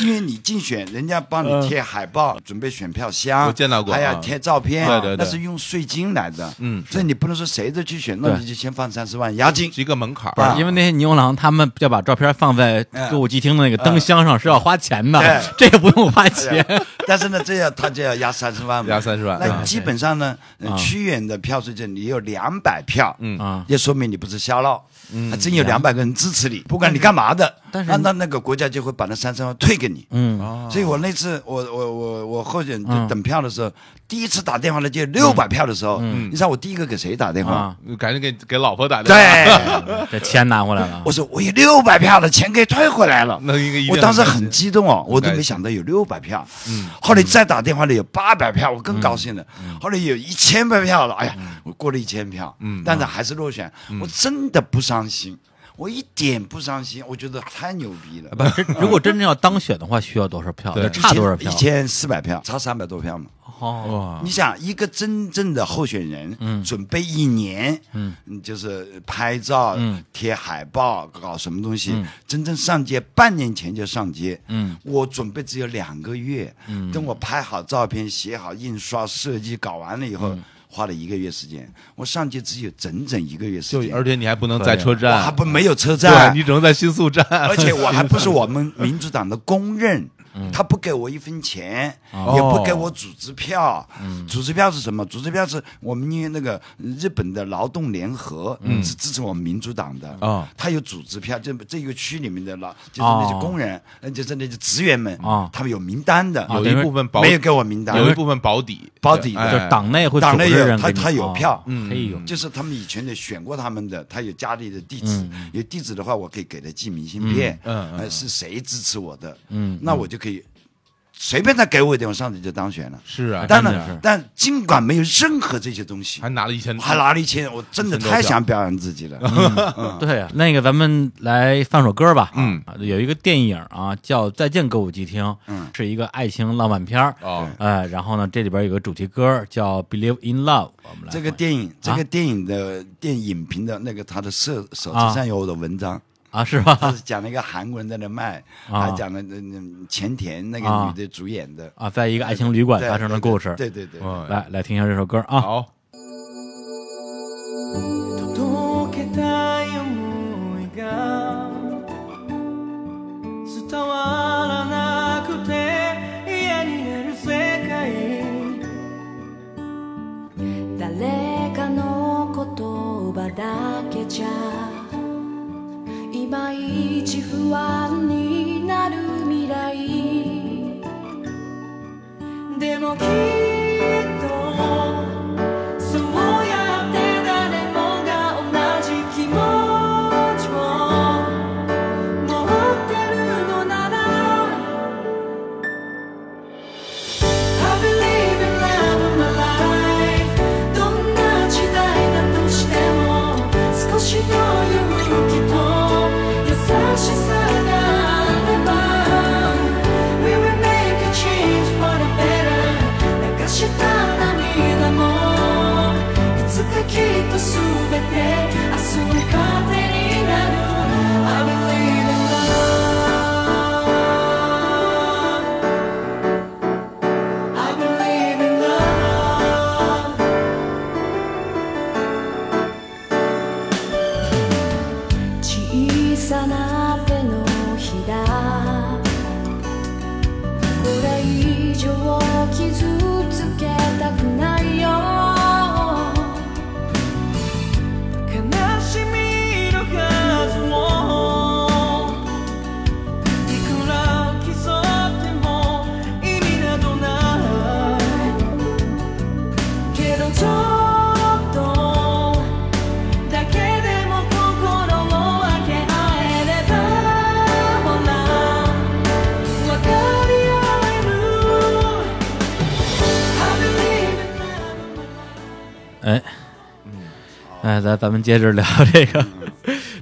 因为你竞选，人家帮你贴海报，准备选票箱，
嗯我见到过
还要
啊
贴照片，
对对对
那是用税金来的，
嗯
所以你不能说谁都去选，那你就先放三十万押金，
是一个门槛
不
儿
啊
是，因为那些牛郎他们要把照片放在
嗯
歌舞伎町的那个灯箱上是要花钱的
哎，
这个不用花钱。
但是呢，这样他就要压三十万嘛，
压30万
那
啊
基本上呢，呃区远的票数就你有两百票，
嗯
啊嗯
也说明你不是瞎闹，还真有两百个人支持你，不管你干嘛的，
但是
那那那个国家就会把那三十万退给你。
嗯
啊
所以我那次我我我我候选
嗯
等票的时候，第一次打电话来借六百票的时候，你知道我第一个给谁打电话？
嗯啊，
赶紧给给老婆打电话，
对，
这钱拿回来了啊
我。说我有六百票了，钱给退回来了。
那应该一定
我当时很激动哦，我都
很开
没
心
想到有六百票，后来再打电话来有八百票，我更高兴了。后来有一千百票了，哎呀，我过了一千票，但是还是落选，我真的不伤心，我一点不伤心，我觉得太牛逼了。
不，真如果真正要当选的话，需要多少票？
对
要差多少票
一？千四百票，差三百多票嘛。
哦，
哇，
你想，一个真正的候选人，准备一年，嗯，就是拍照、贴海报、搞什么东西，真正上街半年前就上街，嗯，我准备只有两个月，嗯，等我拍好照片、写好印刷、设计搞完了以后，花了一个月时间，我上街只有整整一个月时
就
间，
而且你还不能在车
我还
站，
啊不没有车站
对，啊你只能在新宿站， [laughs]
而且我还不是我们民主党的公认，他不给我一分钱，
嗯哦嗯
也不给我组织票。组织票是什么？组织票是我们因为那个日本的劳动联合是支持我们民主党的
嗯哦
他有组织票，这这一个区里面的劳就是那些工人，呃就是那些职员们
哦，
他们有名单的，
等
有
于
一
说
部分保
没有给我名单，
有一部分保底
保底的
哎
就是党内会
党内
组织
有
人
他
给你
他有
哦
票嗯
可以有
就是他们以前的选过他们的，他有家里的地址，
嗯
有地址的话，我可以给他寄明信片，
嗯嗯嗯
呃是谁支持我的，嗯，那我就可以随便他给我一点，我上去就当选了。
是啊，
当
嗯真的是
然，但尽管没有任何这些东西
还，拿了一千，
还拿了一千，我真的太想表扬自己了。
嗯
嗯
对呀，那个咱们来放首歌吧。
嗯
啊，有一个电影啊，叫《再见歌舞伎厅》，嗯，是一个爱情浪漫片儿。
哦，
哎，然后呢，这里边有个主题歌叫《Believe in Love》，我们来
这个电影，
啊
这个电影的电影评的那个他的社手机上有我的文章，
啊，是吧？
他是讲那个韩国人在那卖，
啊
还讲了那那前田那
啊
个女的主演的
啊，在一个爱情旅馆
对
发生的故事。
对对对，对
嗯，
来来听一下这首歌啊。
好，
届けたい思いが伝わらなくて嫌になる世界
誰かの言葉だけじゃいまいち不安になる未来
でもきっとそうやって誰もが同じ気持ちを持ってるのなら I believe in love in my life どんな時代だとしても少しの勇気と優しさがあれば We will make a change for the better 流した涙もいつかきっとすべて明日の糧になる I believe in love I believe in love
小さな手のひらこれ以上傷つけたくないよ
悲しみの数もいくら競っても意味などないけどちょっとだけでも心を分け合えればほら分かり合える I believe in love
哎，哎，咱咱们接着聊这个 [laughs]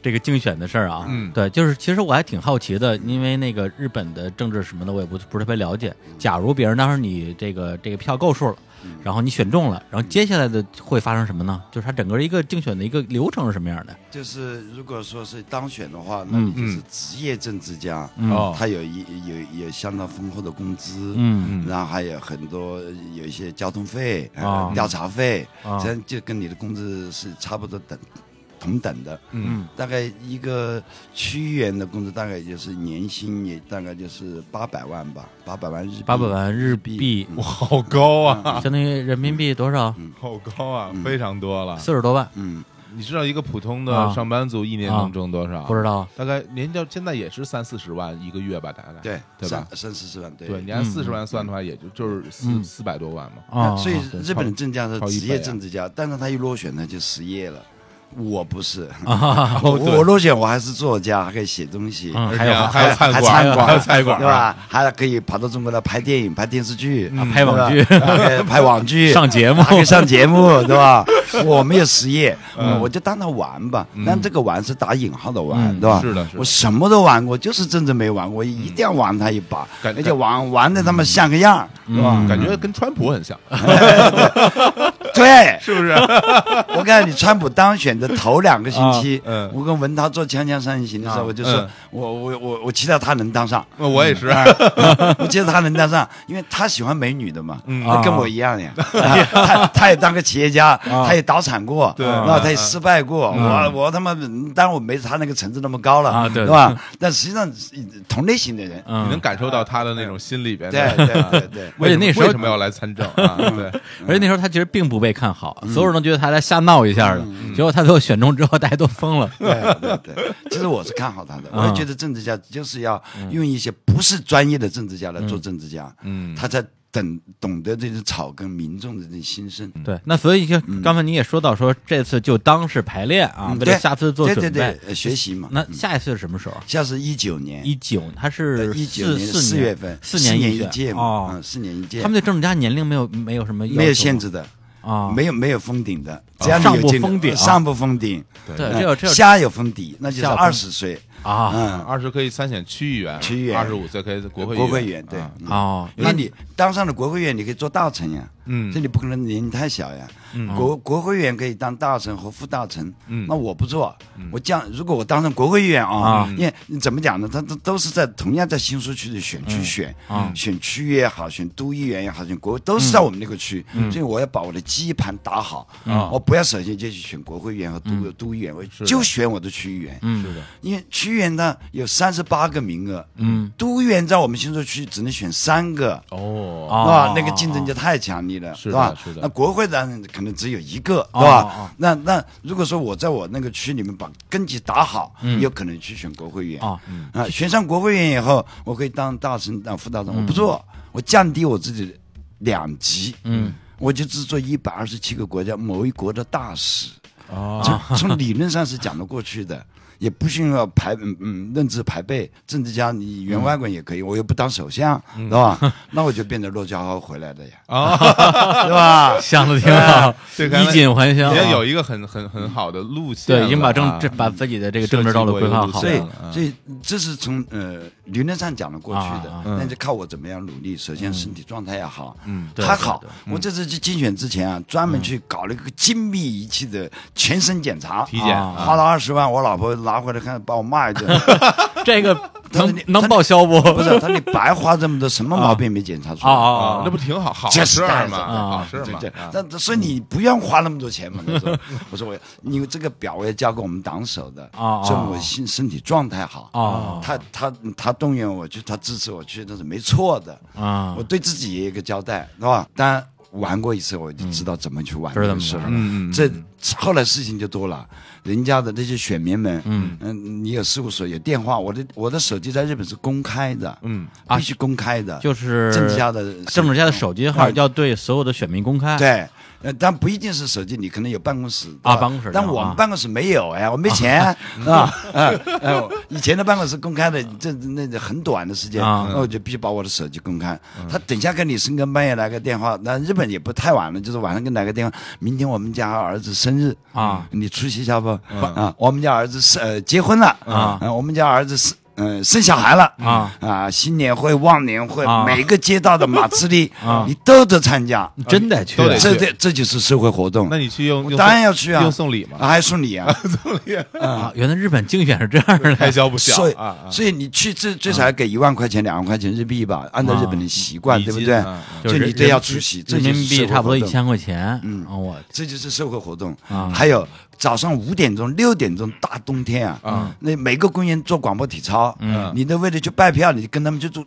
这个竞选的事儿啊。
嗯
对，就是其实我还挺好奇的，因为那个日本的政治什么的，我也不不是特别了解。假如别人当时你这个这个票够数了。然后你选中了，然后接下来的会发生什么呢？就是它整个一个竞选的一个流程是什么样的？
就是如果说是当选的话，那你就是职业政治家，
嗯哦
他有一有有相当丰厚的工资，
嗯
然后还有很多有一些交通费、
啊
哦
呃调查费，
啊
这样就跟你的工资是差不多等同等的。
嗯，
大概一个区议员的工资大概就是年薪也大概就是八百万吧，八百万日币
八百万日币，
哇，好高嗯啊，
相当于人民币多少？
好高啊，非常多了。
四十多万，
嗯，
你知道一个普通
啊
的上班族一年能挣多
啊
少？
不知道。
大概您到现在也是三四十万一个月吧，大概
对，
哎对
三嗯
吧？
三四十万，对。
对，你按四十万算的话，也就就是四四百多万嘛。
啊，
所以
对
日本的政家是
哦超一
职
倍
业
啊
政治家，但是他一落选呢就失业了。我不是，
哦
我我落选我还是作家，还可以写东西，啊
嗯
而
还
且
有
还有
还
餐
还餐
馆，
馆
还有菜馆，
对？吧？还可以跑到中国来拍电影、拍电视剧、
嗯
啊拍网剧
对吧
[laughs]
还可以拍网
[laughs]
剧、
上节目
还可以上节目，对吧？我没有失业，
嗯
嗯我就当他玩吧。但这个玩是打引号的玩，对吧？
嗯是的是的
我什么都玩过，就是真正没玩过，一定要玩他一把，
感嗯
而且玩玩的他妈像个样儿，对吧？嗯
感觉跟川普很
[laughs]
像，
对，
是不是？
嗯我告诉你，川普当选的头两个星期，
嗯
我跟文涛做《锵锵三人行》的时候，我就
嗯
说，我我我我期待他能当上，
我也是，
嗯我期待他能当上，因为他喜欢美女的嘛，他跟我一样呀，他他也当个企业家，他也倒产过，
对
然后他也失败过，我我他妈，当然我没他那个层次那么高了，
啊对
对吧？但实际上同类型的人，
你能
嗯，
感受到他的那种心里边
对
的。啊
对对对。
而且那时候
为什么要来参政啊？
嗯
对，
而且那时候他其实并不被看好，所有人都觉得他来瞎闹一下的，
嗯
结果他最后选中之后，大家都疯了。
对对对，其实我是看好他的，我也觉得政治家就是要用一些不是专业的政治家来做政治家，
嗯
他才。懂懂得这些草根民众的这些心声。
对，那所以就刚才你也说到说，这次就当是排练啊，
嗯
为了
对
下次做准备。
对对对，呃学习嘛。
那下一次是什么时候？
下是一九年，
一九，他是
呃一九
四
年
四
月份，
四
年
年
一届嘛，
哦
嗯，。四年一届。
他们对政治家年龄没有没有什么要求吗
没有限制的，
啊，
没有没有封顶的，只要你有
上不
进呃
封顶啊
上不封顶，
对，
嗯
这有这有
下有封底，那就是
下有
二
封
十岁，
啊
嗯，
二十可以参选区议员，
区议员
二十五岁可以国会
国会议员对
啊。
嗯
哦，
那你当上了国会议员，你可以做大臣呀。
嗯
这你不可能年龄太小呀。国国会议员可以当大臣和副大臣。
嗯
那我不做，我这样，如果我当上国会议员啊，因为你怎么讲呢？他都都是在同样在新苏区的选区选
啊
选区也好，选都议员也好，选国都是在我们那个区，所以我要把我的基盘打好。我不要首先就去选国会议员和都都议员，我就选我的区议员。
嗯，
因为区员呢有三十八个名额，
嗯，
都员在我们新竹区只能选三个，
哦，
哦
是吧？那个竞争就太强烈了，
是的
吧？
是的
那国会呢，可能只有一个，
哦
是吧？
哦哦
那那如果说我在我那个区里面把根基打好，有可能去选国会议员
哦
啊，选上国会议员以后，我可以当大臣、当副大臣，我不做，我降低我自己两级，嗯，我就只做一百二十七个国家某一国的大使，
哦
啊
从从理论上是讲得过去的， [laughs] 也不需要排嗯嗯认知排辈，政治家你员外滚也
嗯
可以，我又不当首相，对吧？ [laughs] 那我就变成骆家豪回来的
[laughs]
呀， [laughs] 对吧？
想的挺好，
对刚才
衣锦还乡啊。
也有一个很很很好的路线了啊，
对，已经把政这把自己的这个政治道路规划好
设计过
所
一
以
个路，
所以这是从呃理论上讲得过去
啊嗯
的，那就靠我怎么样努力。首先身体状态要好，嗯，
对
他好
对。
我这次去竞选之前啊，专门去搞了一个精密仪器的全身检查，
体检
啊
花了二十万，我老婆拿回来看，把我骂
[laughs]
一顿。
这个
但
能
是你
能
但是
报销不？
不是，他你白花这么多，什么毛病没检查出
啊
来？
啊，
那不挺好好
这
事
带
儿
着
嘛，
啊
好事儿嘛
对对，
啊
那所以你不用花那么多钱嘛。那时候我说我，因为这个表我也交给我们党首的，
啊
所以我身身体状态好
啊
他他他动员我去，他支持我去，那是没错的。
啊
我对自己也有一个交代，是吧？当然玩过一次，我就知道怎么去玩
嗯知道怎
这个
么
事
玩
了。
嗯嗯嗯
这后来事情就多了，人家的那些选民们，嗯你有事务所有电话，我的我的手机在日本是公开的，嗯，必须公开的，
啊就是
政治家的
政治家的手机号
嗯
要对所有的选民公开。
对，呃，但不一定是手机，你可能有办公室
哎啊
对吧
办公室
但
的
我
啊
们办公室没有哎，我没钱啊 [laughs] 啊！嗯嗯以前的办公室公开的，这那那很短的时间，
啊
那我就必须把我的手机公开。他等一下跟你深更半夜来个电话，那日本也不太晚了，就是晚上给你来个电话，明天我们家儿子生日
啊，嗯
你出席一下不？啊，我们家儿子是呃结婚了
啊
呃我们家儿子是。嗯，生小孩了
啊
啊！新年会、忘年会，
啊
每个街道的马自立
啊，
你都得参加。
真得去啊
都得
这这这就是社会活动
那。你去用
我
用
当然
送
要去啊，
用送礼嘛，
啊还送礼啊，
啊！原来日本竞选是这样
开
的，
[laughs] 销不小
所以
啊啊，
所以你去最最少要给一万块钱、两万块钱日币吧，按照日本的习惯，
礼
对不
金
对
啊？
就
所
是
以你
人
都要出席，
人
这就
民
是
币
社会
差不多
活
一
动，
千块钱。嗯，我
这就是社会活动
啊。
还有早上五点钟、六点钟，大冬天啊
啊，
那每个公园做广播体操
嗯，
你都为了去拜票，你就跟他们去做。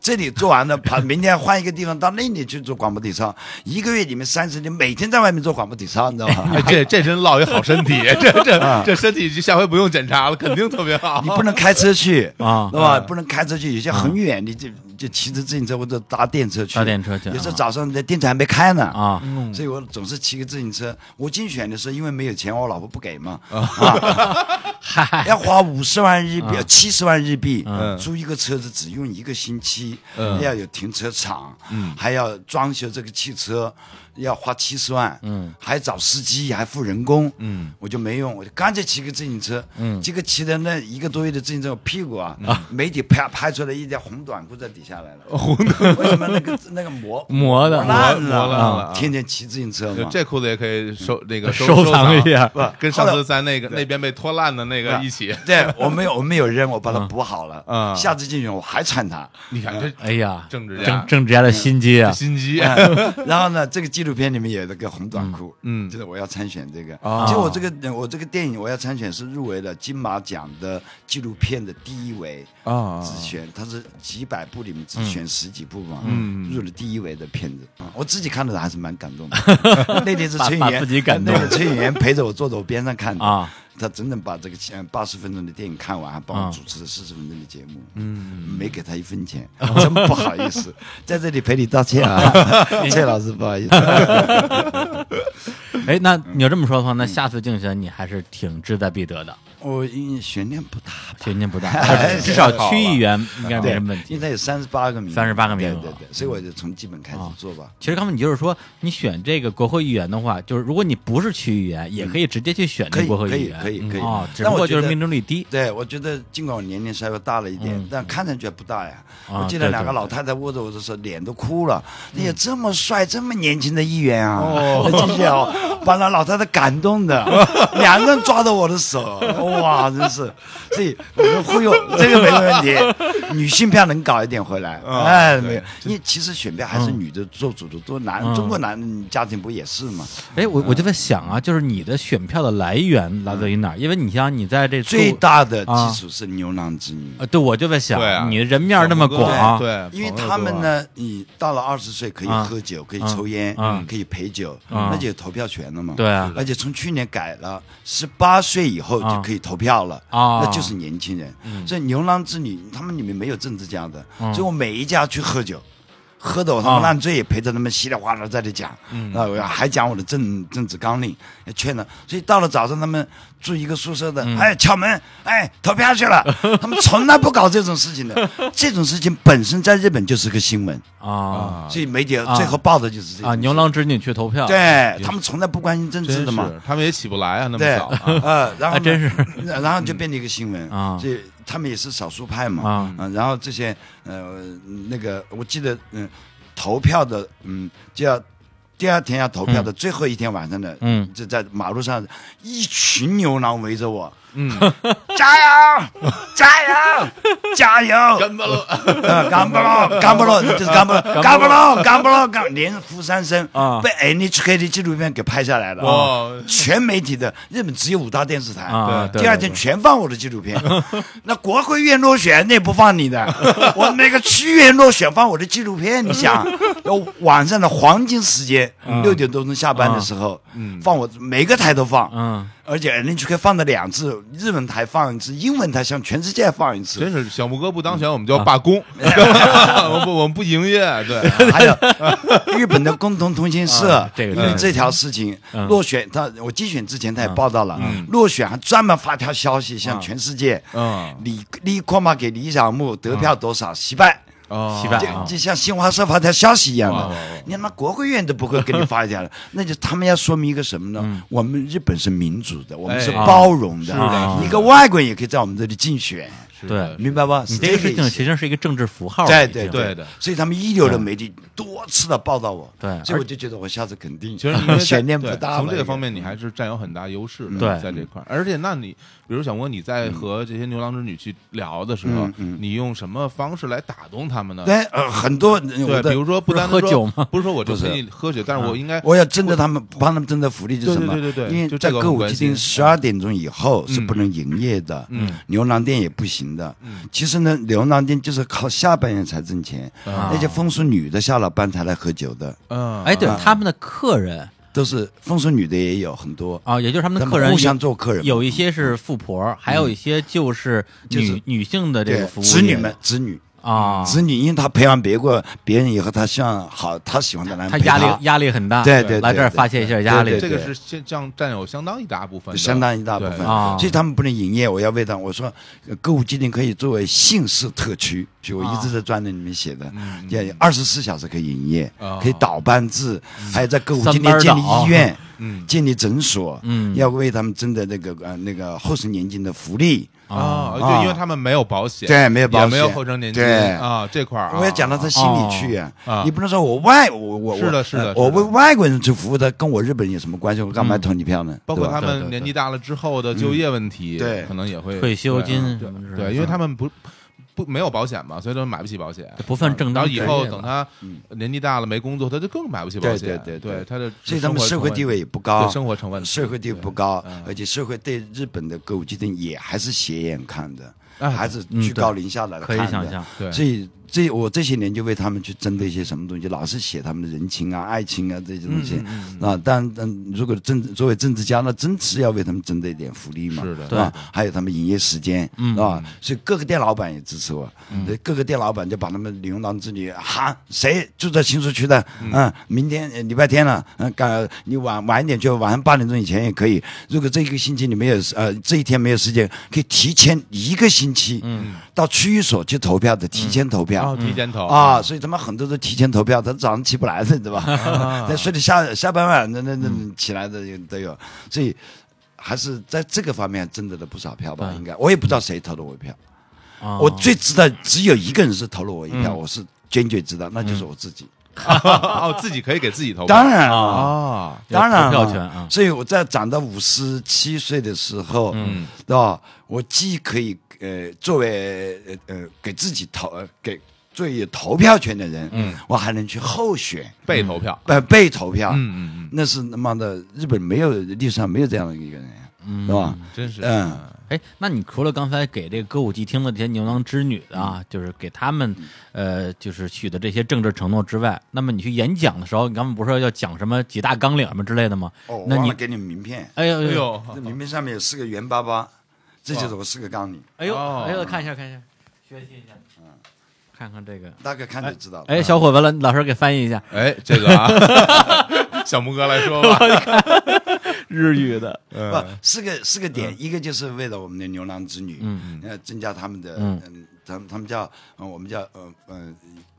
这里做完了， [laughs] 跑明天换一个地方到那里去做广播体操，一个月里面三十天，每天在外面做广播体操，你知道吗？
[laughs] 哎，这这真落一好身
[laughs]
体，这
啊
这这身体下回不用检查了，肯定特别好。
你不能开车
[laughs]
去 [laughs]
啊嗯
对吧？不能开车去，有些很远，你就就骑着自行车或者搭电车去。
搭电车去
有时
啊
候早上的电车还没开呢
啊，
所以我总是骑个自行车。我竞选的时候，因为没有钱，我老婆不给嘛， [laughs] 啊，要花五十万日币、七十万日币
嗯
租一个车子，只用一个星期
嗯，
要有停车场，还要装修这个汽车。要花七十万，嗯，还找司机，还付人工，嗯，我就没用，我就干脆骑个自行车，嗯，结果骑的那一个多月的自行车，我屁股啊，媒体拍拍出来一条红短裤在底下来了， [laughs] 红短裤为什么那个那个磨
磨的
烂
磨磨烂了
天天骑自行车嘛，
这裤子也可以收那个
啊收
收
藏一下
不跟上
后
次
来
在那个那边被拖烂的那个一起。
对我没有我没有扔，我把它补好了，
嗯
下次竞选我还穿它，
你看这
哎呀，
政治家
政政治家的心机啊！
心机，
[laughs] 然后呢，这个纪录片里面有那个红短裤，嗯，就是我要参选这个。
哦
其实我这个我这个电影我要参选是入围了金马奖的纪录片的第一位
啊
只选，它是几百部里面只选十几部嘛，嗯，入了第一位的片子。我自己看了还是蛮感动的。那天是崔
把
永
把
元
自己感动
[laughs] 那天崔永元陪着我坐在我边上看的
啊，
他整整把这个前八十分钟的电影看完，还帮
啊
我主持了四十分钟的节目，嗯，没给他一分钱， [laughs] 真不好意思，在这里赔礼道歉啊， [laughs] 谢老师不好意思。
哎，那你要这么说的话，那下次竞选你还是挺志在必得的，
我因为悬念 [laughs] 不大吧，
悬念不大，至少区议员应该没
对
什么问，题
应。该有三十八个名额，哦
38个名额
对对对，所以我就从基本开始做吧。
其实刚才你就是说，你选这个国会议员的话，就是如果你不是区议员，也可以直接去选
可
这
以
国会
可
议
以
员，
嗯可以可以
哦，只
但
不
我
过
觉
就是
得
命中率低。
对，我觉得尽管我年龄稍微大了一点，但看上去还不大呀。
嗯啊
我记
对
得两
对
个老太太握着我的手，脸都哭了。哎呀，这么帅、这么年轻的议员啊！这些哦，
[laughs]
把那老太太感动的， [laughs] 两个人抓着我的手，哇，真是！所以我们忽悠这个没问题，女性票能搞一点回来。
啊
哎，没有，因为其实选票还是女的做主的多，男
嗯
中国男家庭不也是吗？
哎，我我就在想啊，就是你的选票的来源来自于哪儿？因为你像你在这做
嗯最大的
啊
基础是牛郎织女。
呃，对，我就在想，
对啊
你的人面儿那么广，
对，
因为
朋友
他们
多啊，
呢，你到了二十岁可以
啊
喝酒，可以
啊
抽烟
啊，
可以陪酒，
啊
那就有投票权了嘛。
对啊
而且从去年改了，十八岁以后
啊
就可以投票了，
啊嗯
那就是年轻人。所以牛郎织女他们里面没有政治家的，所以我每一家去喝酒。喝的我他妈
啊嗯
烂醉，也陪着他们稀里哗啦在那讲，那我还讲我的政政治纲领，也劝了。所以到了早上，他们住一个宿舍的，
嗯
哎，敲门，哎，投票去了。
[laughs]
他们从来不搞这种事情的，这种事情本身在日本就是个新闻，
啊
所以媒体最后报的就是这种
啊，牛郎织女去投票，
对他们从来不关心政治
真
的嘛
是，，他们也起不来啊，那么
对
早
[laughs]
啊，
呃，然
还
后呢
真是，
[laughs] 然后就变成一个新闻
啊
所以他们也是少数派
啊
嘛，嗯，然后这些呃那个我记得嗯，投票的嗯就要。第二天要投票的最后一天晚上的，
嗯
就在马路上，一群牛郎围着我，嗯， [laughs] 加油， [laughs] 加油，加
[laughs]
油，
干巴了，
呃，干不喽，干不喽，就是干不喽，干不喽， [laughs] 干不喽，干连呼三声
啊
被 NHK 的纪录片给拍下来了。
哇
全媒体的，日本只有五大电视台。
啊，对
第二天全放我的纪录片， [laughs] 那国会院落选那也不放你的，
[laughs]
我那个区院落选放我的纪录片，你想，要晚上的黄金时间
嗯
六点多钟下班的时候，放我每个台都放，
嗯，
而且 NHK 放了两次，日文台放一次，英文台向全世界放一次，
真是小木哥不当选，我们就要罢工，
嗯
[laughs] 我们不，我们不营业，
[laughs]
对，
还有日本的共同通信社
啊，这个
因为
对
这条事情
嗯
落选，他我竞选之前他也报道了，落选还专门发条消息向全世界，
嗯
李李阔嘛给李小牧得票多少惜败。
啊
七百
就
啊
就像新华社发条消息一样
哇哇
的
哇，
你他妈国会院都不会给你发一条了，那就他们要说明一个什么呢？我们日本是民主的，我们是
哎
包容
是的
的，一个外国人也可以在我们这里竞选，
对，
明白吧？
你
是
这个事
意思
情其实是一个政治符号，
对
已经
对
对的
所以他们一流的媒体多次的报道我，
对
所以我就觉得我下次肯定
其实
[laughs]
你因为在
悬念不
对
大了。嗯
从这个方面你还是占有很大优势的，
对
在这块儿。而且，那你比如小莫，你在和这些牛郎织女去聊的时候，你用什么方式来打动他们呢？
[laughs] 嗯对，呃，很多人我
对，
的
比如说不单单
不是喝
说
酒吗
不是说我就
不是啊
陪你喝酒，但是我应该
我要争着他们，帮他们争的福利就是什么？
对对对对对
因
就
为
这
在
个
歌
很
舞
关嗯
伎
心
町十二点钟以后是不能营业的，嗯，牛郎店也不行的。
嗯
其实呢，牛郎店就是靠下半夜才挣钱，
啊
那些风俗女的下了班才来喝酒的，
嗯，
哎，对，
啊
他们的客人
都是风俗女的也有很多。
啊，也就是他们的
他们
客人
互相做客人嘛
有一些是富婆，还有一些就是
嗯就是
女女性的这
对
个服务业
子女们，子女
啊，
子女，因为他培养别过别人以后，他希望好，他喜欢的男人
她
陪
压力压力很大，
对对对
来这儿发泄一下压力
对
这
对
个是相占占有相当一大部分的，
相当一大部
对
分
啊，
所以他们不能营业。我要为他我说，呃歌舞伎町可以作为姓氏特区，就我一直在专栏里面写的，
嗯
也二十四小时可以营业
啊，
可以倒班制，还有在歌舞伎
三班
町建立
倒
医院
嗯，
建立诊所，
嗯
要为他们争的那个呃那个后生年金的福利。
啊，
啊
就因为他们没有保险，
对没有保险
也没有后生年金
对
啊，这块儿啊
我要讲到他心里去啊！
啊
你不能说我外我我
是的
我
是的
呃
是的嗯
我为外国人去服务，他跟我日本人有什么关系？我干嘛投你票呢？
包括
对
他
吧
对对
们
对
年纪大了之后的就业问题，
嗯对
可能也会
退休金
对
什么之类的
对，因为他们不不没有保险嘛，所以他们买不起保险，
不算正
然
当
后
职
以
业了。
后等他年纪大了没工作，他就更买不起保险，
对
嗯对
对对对
他的
所以他们社会地位也不高，嗯
对生活成问题
社会地位不高
对嗯，
而且社会对日本的歌舞伎町也还是斜眼看的。
哎
孩子
嗯
居
对
高临下的
可以
看
想
的
象
对
所以这我这些年就为他们去针对一些什么东西，老是写他们的人情啊、爱情啊这些东
嗯
西、啊。但但如果政作为政治家，那真是要为他们针对一点福利嘛，
是的
对吧？还有他们营业时间，嗯啊，所以各个店老板也支持我，对各个店老板就把他们牛郎织女喊谁住在新宿区的，嗯，明天呃礼拜天了，嗯，赶你晚晚一点去，晚上八点钟以前也可以。如果这一个星期你没有呃这一天没有时间，可以提前一个星期，嗯，到区域所去投票的，提前投票，
哦，提前投
啊，，
嗯
所以他们很多都提前投票，他早上起不来的，对吧？
啊
[laughs] 那睡到下下班晚，那那那起来的也都有，所以还是在这个方面挣得了不少票
嗯
吧？应该，我也不知道谁投了我一票，
啊
我最知道只有一个人是投了我一
嗯
票，我是坚决知道，那就是我自己。
[laughs] 哦，自己可以给自己投票，
当然啊，
啊，
哦有
当然
投票
了
权啊
所以我在长到五十七岁的时候，嗯，对吧？我既可以呃作为呃呃给自己投呃给最有投票权的人，嗯，我还能去候选。
被投票，
呃被投票，
嗯嗯
那是他妈的日本没有历史上没有这样的一个人，嗯、是吧？
嗯，真是，
嗯，
哎，那你除了刚才给这个歌舞伎町的这些牛郎织女的
嗯
啊，就是给他们呃，就是许的这些政治承诺之外，那么你去演讲的时候，你刚刚不是说要讲什么几大纲领什么之类的吗？
哦，我
那
忘
你
了给你们名片，
哎呦
哎
哎呦
呦，
这名片上面有四个圆巴巴，这就是我四个纲领，
哎呦
哦
哎呦，看一下看一下，学习一下，
嗯
看看这个。
大概看就知道了。
哎，小伙子了，老师给翻译一下
哎，这个啊， [laughs] 小木哥来说吧，嗯
日语的。
不，
哎
四个四个
嗯
点，一个就是为了我们的牛郎织女，呃，增加他们的，
嗯
嗯，他们他们叫，呃我们叫，呃呃，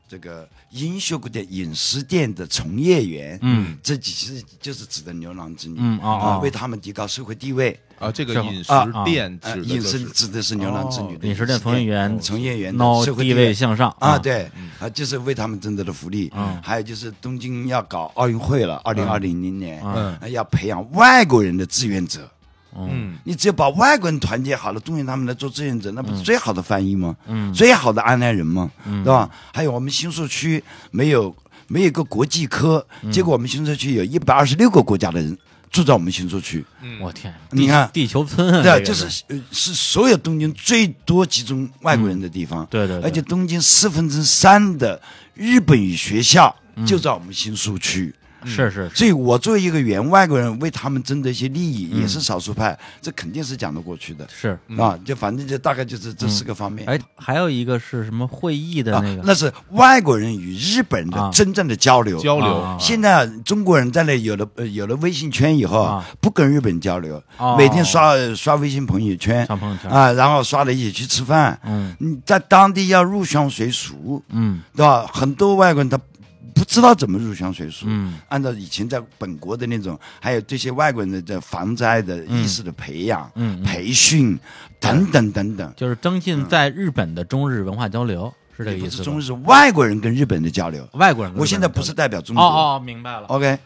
这个英秀的饮食店的从业员，嗯，这其实就是指的牛郎织女，
嗯哦
啊
哦
为他们提高社会地位，
啊，这个
是
饮食
啊
店
呃
指的
饮
就
食
是
指的是牛郎织女的
哦
哦
饮食店从业员
从业员
孬
的社会
地位向上
啊，
啊
对啊，就是为他们争得的福利。
嗯
还有就是东京要搞奥运会了，二零二零零年，呃
嗯
要培养外国人的志愿者。
嗯，
你只有把外国人团结好了，动员他们来做志愿者，那
嗯
不是最好的翻译吗？嗯，最好的安奈人吗？嗯，对吧？还有我们新宿区没有没有一个国际科，
嗯
结果我们新宿区有一百二十六个国家的人住在我们新宿区。
我天，
嗯你看
地球村 [laughs] 啊，
对啊，
这个
就是呃是所有东京最多集中外国人的地方。
嗯对对对
而且东京四分之三的日本语学校
嗯
就在我们新宿区。
是是是，
所以，我作为一个原外国人，为他们争得一些利益，
嗯
也是少数派，这肯定是讲得过去的。
是
啊，就反正就大概就是这四个方面。
嗯哎，还有一个是什么会议的
嗯啊
那，个
那是外国人与日本人
啊
的真正的交流。
交流
啊
现在啊中国人在那有了呃有了微信圈以后啊
啊，
不跟日本交流
哦，
每天刷刷微信朋友圈
上朋友圈
啊，然后刷了一起去吃饭。
嗯，
你在当地要入乡随俗，
嗯
对吧？很多外国人他不知道怎么入乡随俗。
嗯，
按照以前在本国的那种，还有对些外国人的这防灾的意识的培养、
嗯嗯
培训等等等等，
就是增进在日本的中日文化交流，是这个
嗯也
意
不
思
是
吧？
中日外国人跟日本的交流。
外国人跟日本人交流，
我现在不是代表中
哦
国、
哦，明白了，
o k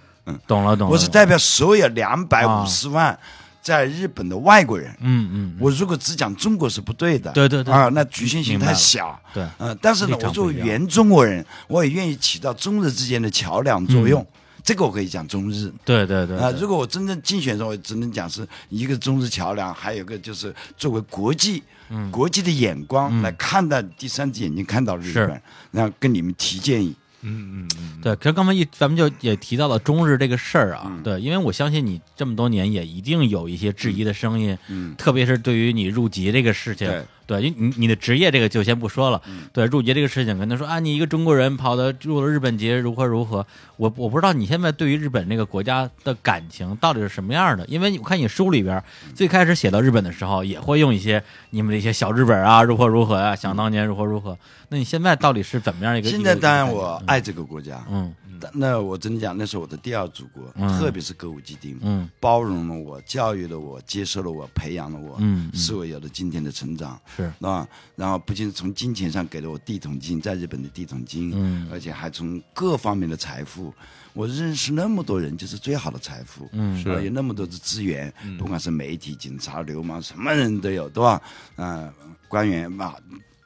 懂了懂了。
我是
懂了啊
代表所有两百五十万在日本的外国人。
嗯嗯，
我如果只讲中国是不对的，
对对对
啊，那局限性
明白
太
了
小。
对
嗯、但是呢
立，
我
场
作
不
为
一样
原中国人，我也愿意起到中日之间的桥梁作用。这个我可以讲中日。
对对嗯对
啊、
对
如果我真正竞选的时候，我只能讲是一个中日桥梁，还有一个就是作为国际、
嗯
国际的眼光来看待第三只眼睛看到日
是
本，然后跟你们提建议。
嗯嗯嗯，
对，其实刚才一咱们就也提到了中日这个事儿啊，
嗯
对，因为我相信你这么多年也一定有一些质疑的声音，
嗯
特别是对于你入籍这个事情，
对嗯
对，因为你你的职业这个就先不说了，对，入籍这个事情，跟他说啊，你一个中国人跑到入了日本籍如何如何，我我不知道你现在对于日本这个国家的感情到底是什么样的，因为我看你书里边
嗯
最开始写到日本的时候，也会用一些你们的一些小日本啊，如何如何啊，想当年如何如何，那你现在到底是怎么样一个？
现
一
在
个
当然
一个感
我
觉
爱这个国家，
嗯
但那我真的讲，那是我的第二祖国，
嗯
特别是歌舞伎町，
嗯
包容了我，教育了我，接受了我，培养了我，
嗯嗯
使我有了今天的成长。
是。
啊，然后不仅是从金钱上给了我第一桶金，在日本的第一桶金，
嗯
而且还从各方面的财富，我认识那么多人，就是最好的财富，
嗯
是
啊有那么多的资源，不管是媒体、警察、流氓，什么人都有，对吧？嗯、官员嘛。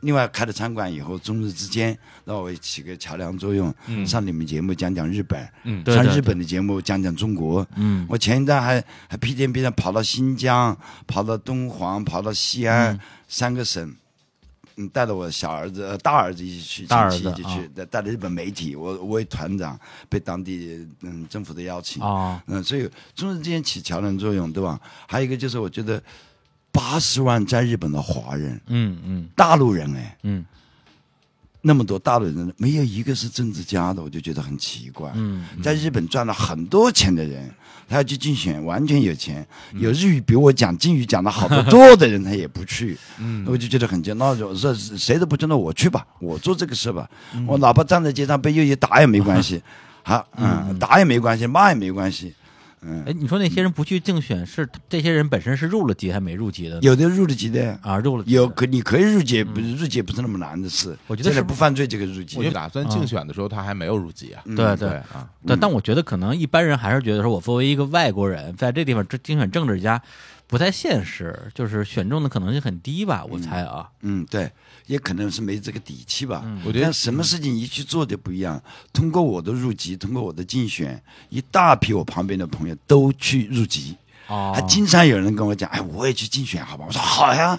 另外开了餐馆以后，中日之间，那我也起个桥梁作用，
嗯
上你们节目讲讲日本，
嗯
对
上
对
日
对
本的节目讲讲中国，
嗯
我前一段还
嗯
还屁颠屁颠跑到新疆，跑到东莞，跑到西安、三个省，嗯，带着我小儿子、呃、大儿子一起去，
大儿
亲
子啊
戚一起去，带带着日本媒体，我我为团长被当地嗯政府的邀请，
啊，
嗯，所以中日之间起桥梁作用，对吧？还有一个就是，我觉得八十万在日本的华人、
嗯嗯
大陆人，哎，
嗯
那么多大陆人，没有一个是政治家的，我就觉得很奇怪。
嗯，
在日本赚了很多钱的人，他要去竞选，完全有钱，
嗯
有日语比我讲敬语讲的好得多的人，他也不
[laughs]
去。嗯，我就觉得很贱。那我说谁都不尊重我去吧，我做这个事吧。
嗯
我哪怕站在街上被右翼打也没
[laughs]
关系，好，嗯，打也没关系，骂也没关系。
哎，你说那些人不去竞选，是这些人本身是入了籍还没入籍的呢？
有的入了籍的，
啊，入了籍
有
的
可你可以入籍，不入籍不是那么难的事。
我觉得
现在
是
不犯罪这个入籍
我，就打算竞选的时候他还没有入籍啊。
嗯
嗯
对嗯
对
对
啊，
对，但我觉得可能一般人还是觉得说，我作为一个外国人，在这地方竞选政治家不太现实，就是选中的可能性很低吧，我猜啊。
嗯，对，也可能是没这个底气吧。
我觉得
但什么事情一去做就不一样。通过我的入籍，通过我的竞选，一大批我旁边的朋友都去入籍。
哦
还经常有人跟我讲，哎，我也去竞选，好吧？我说好呀。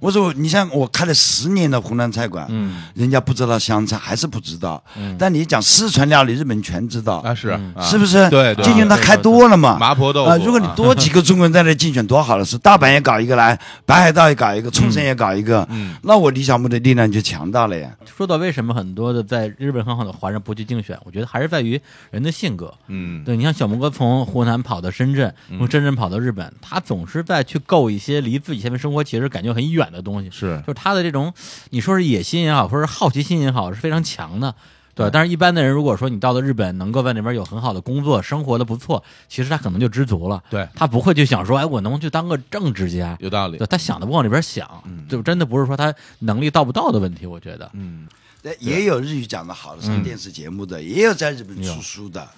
我说你像我开了十年的湖南菜馆，人家不知道湘菜还是不知道，但你讲四川料理，日本全知道，
啊是啊
嗯是不是？
对对
竞选他开多了嘛，
麻婆豆腐
啊如果你
啊
多几个中国人在那竞选，多好的事！大阪也搞一个来，北海道也搞一个，冲绳也搞一个，那我李小牧的力量就强大了呀。
说到为什么很多的在日本很好的华人不去竞选，我觉得还是在于人的性格。
嗯，
对，你像小摩哥从湖南跑到深圳，从深圳跑到日本，他总是在去够一些离自己现在生活其实感觉很远的东西。
是
就是他的这种，你说是野心也好，说是好奇心也好，是非常强的。对，但是一般的人，如果说你到了日本，能够在那边有很好的工作，生活的不错，其实他可能就知足了。
对
他不会去想说，哎，我能不能去当个政治家？
有嗯道理
对，。他想的不往里边想，就真的不是说他能力到不到的问题，我觉
嗯
得。
那也有日语讲的好的，上电视节目的，也有在日本出书的，
嗯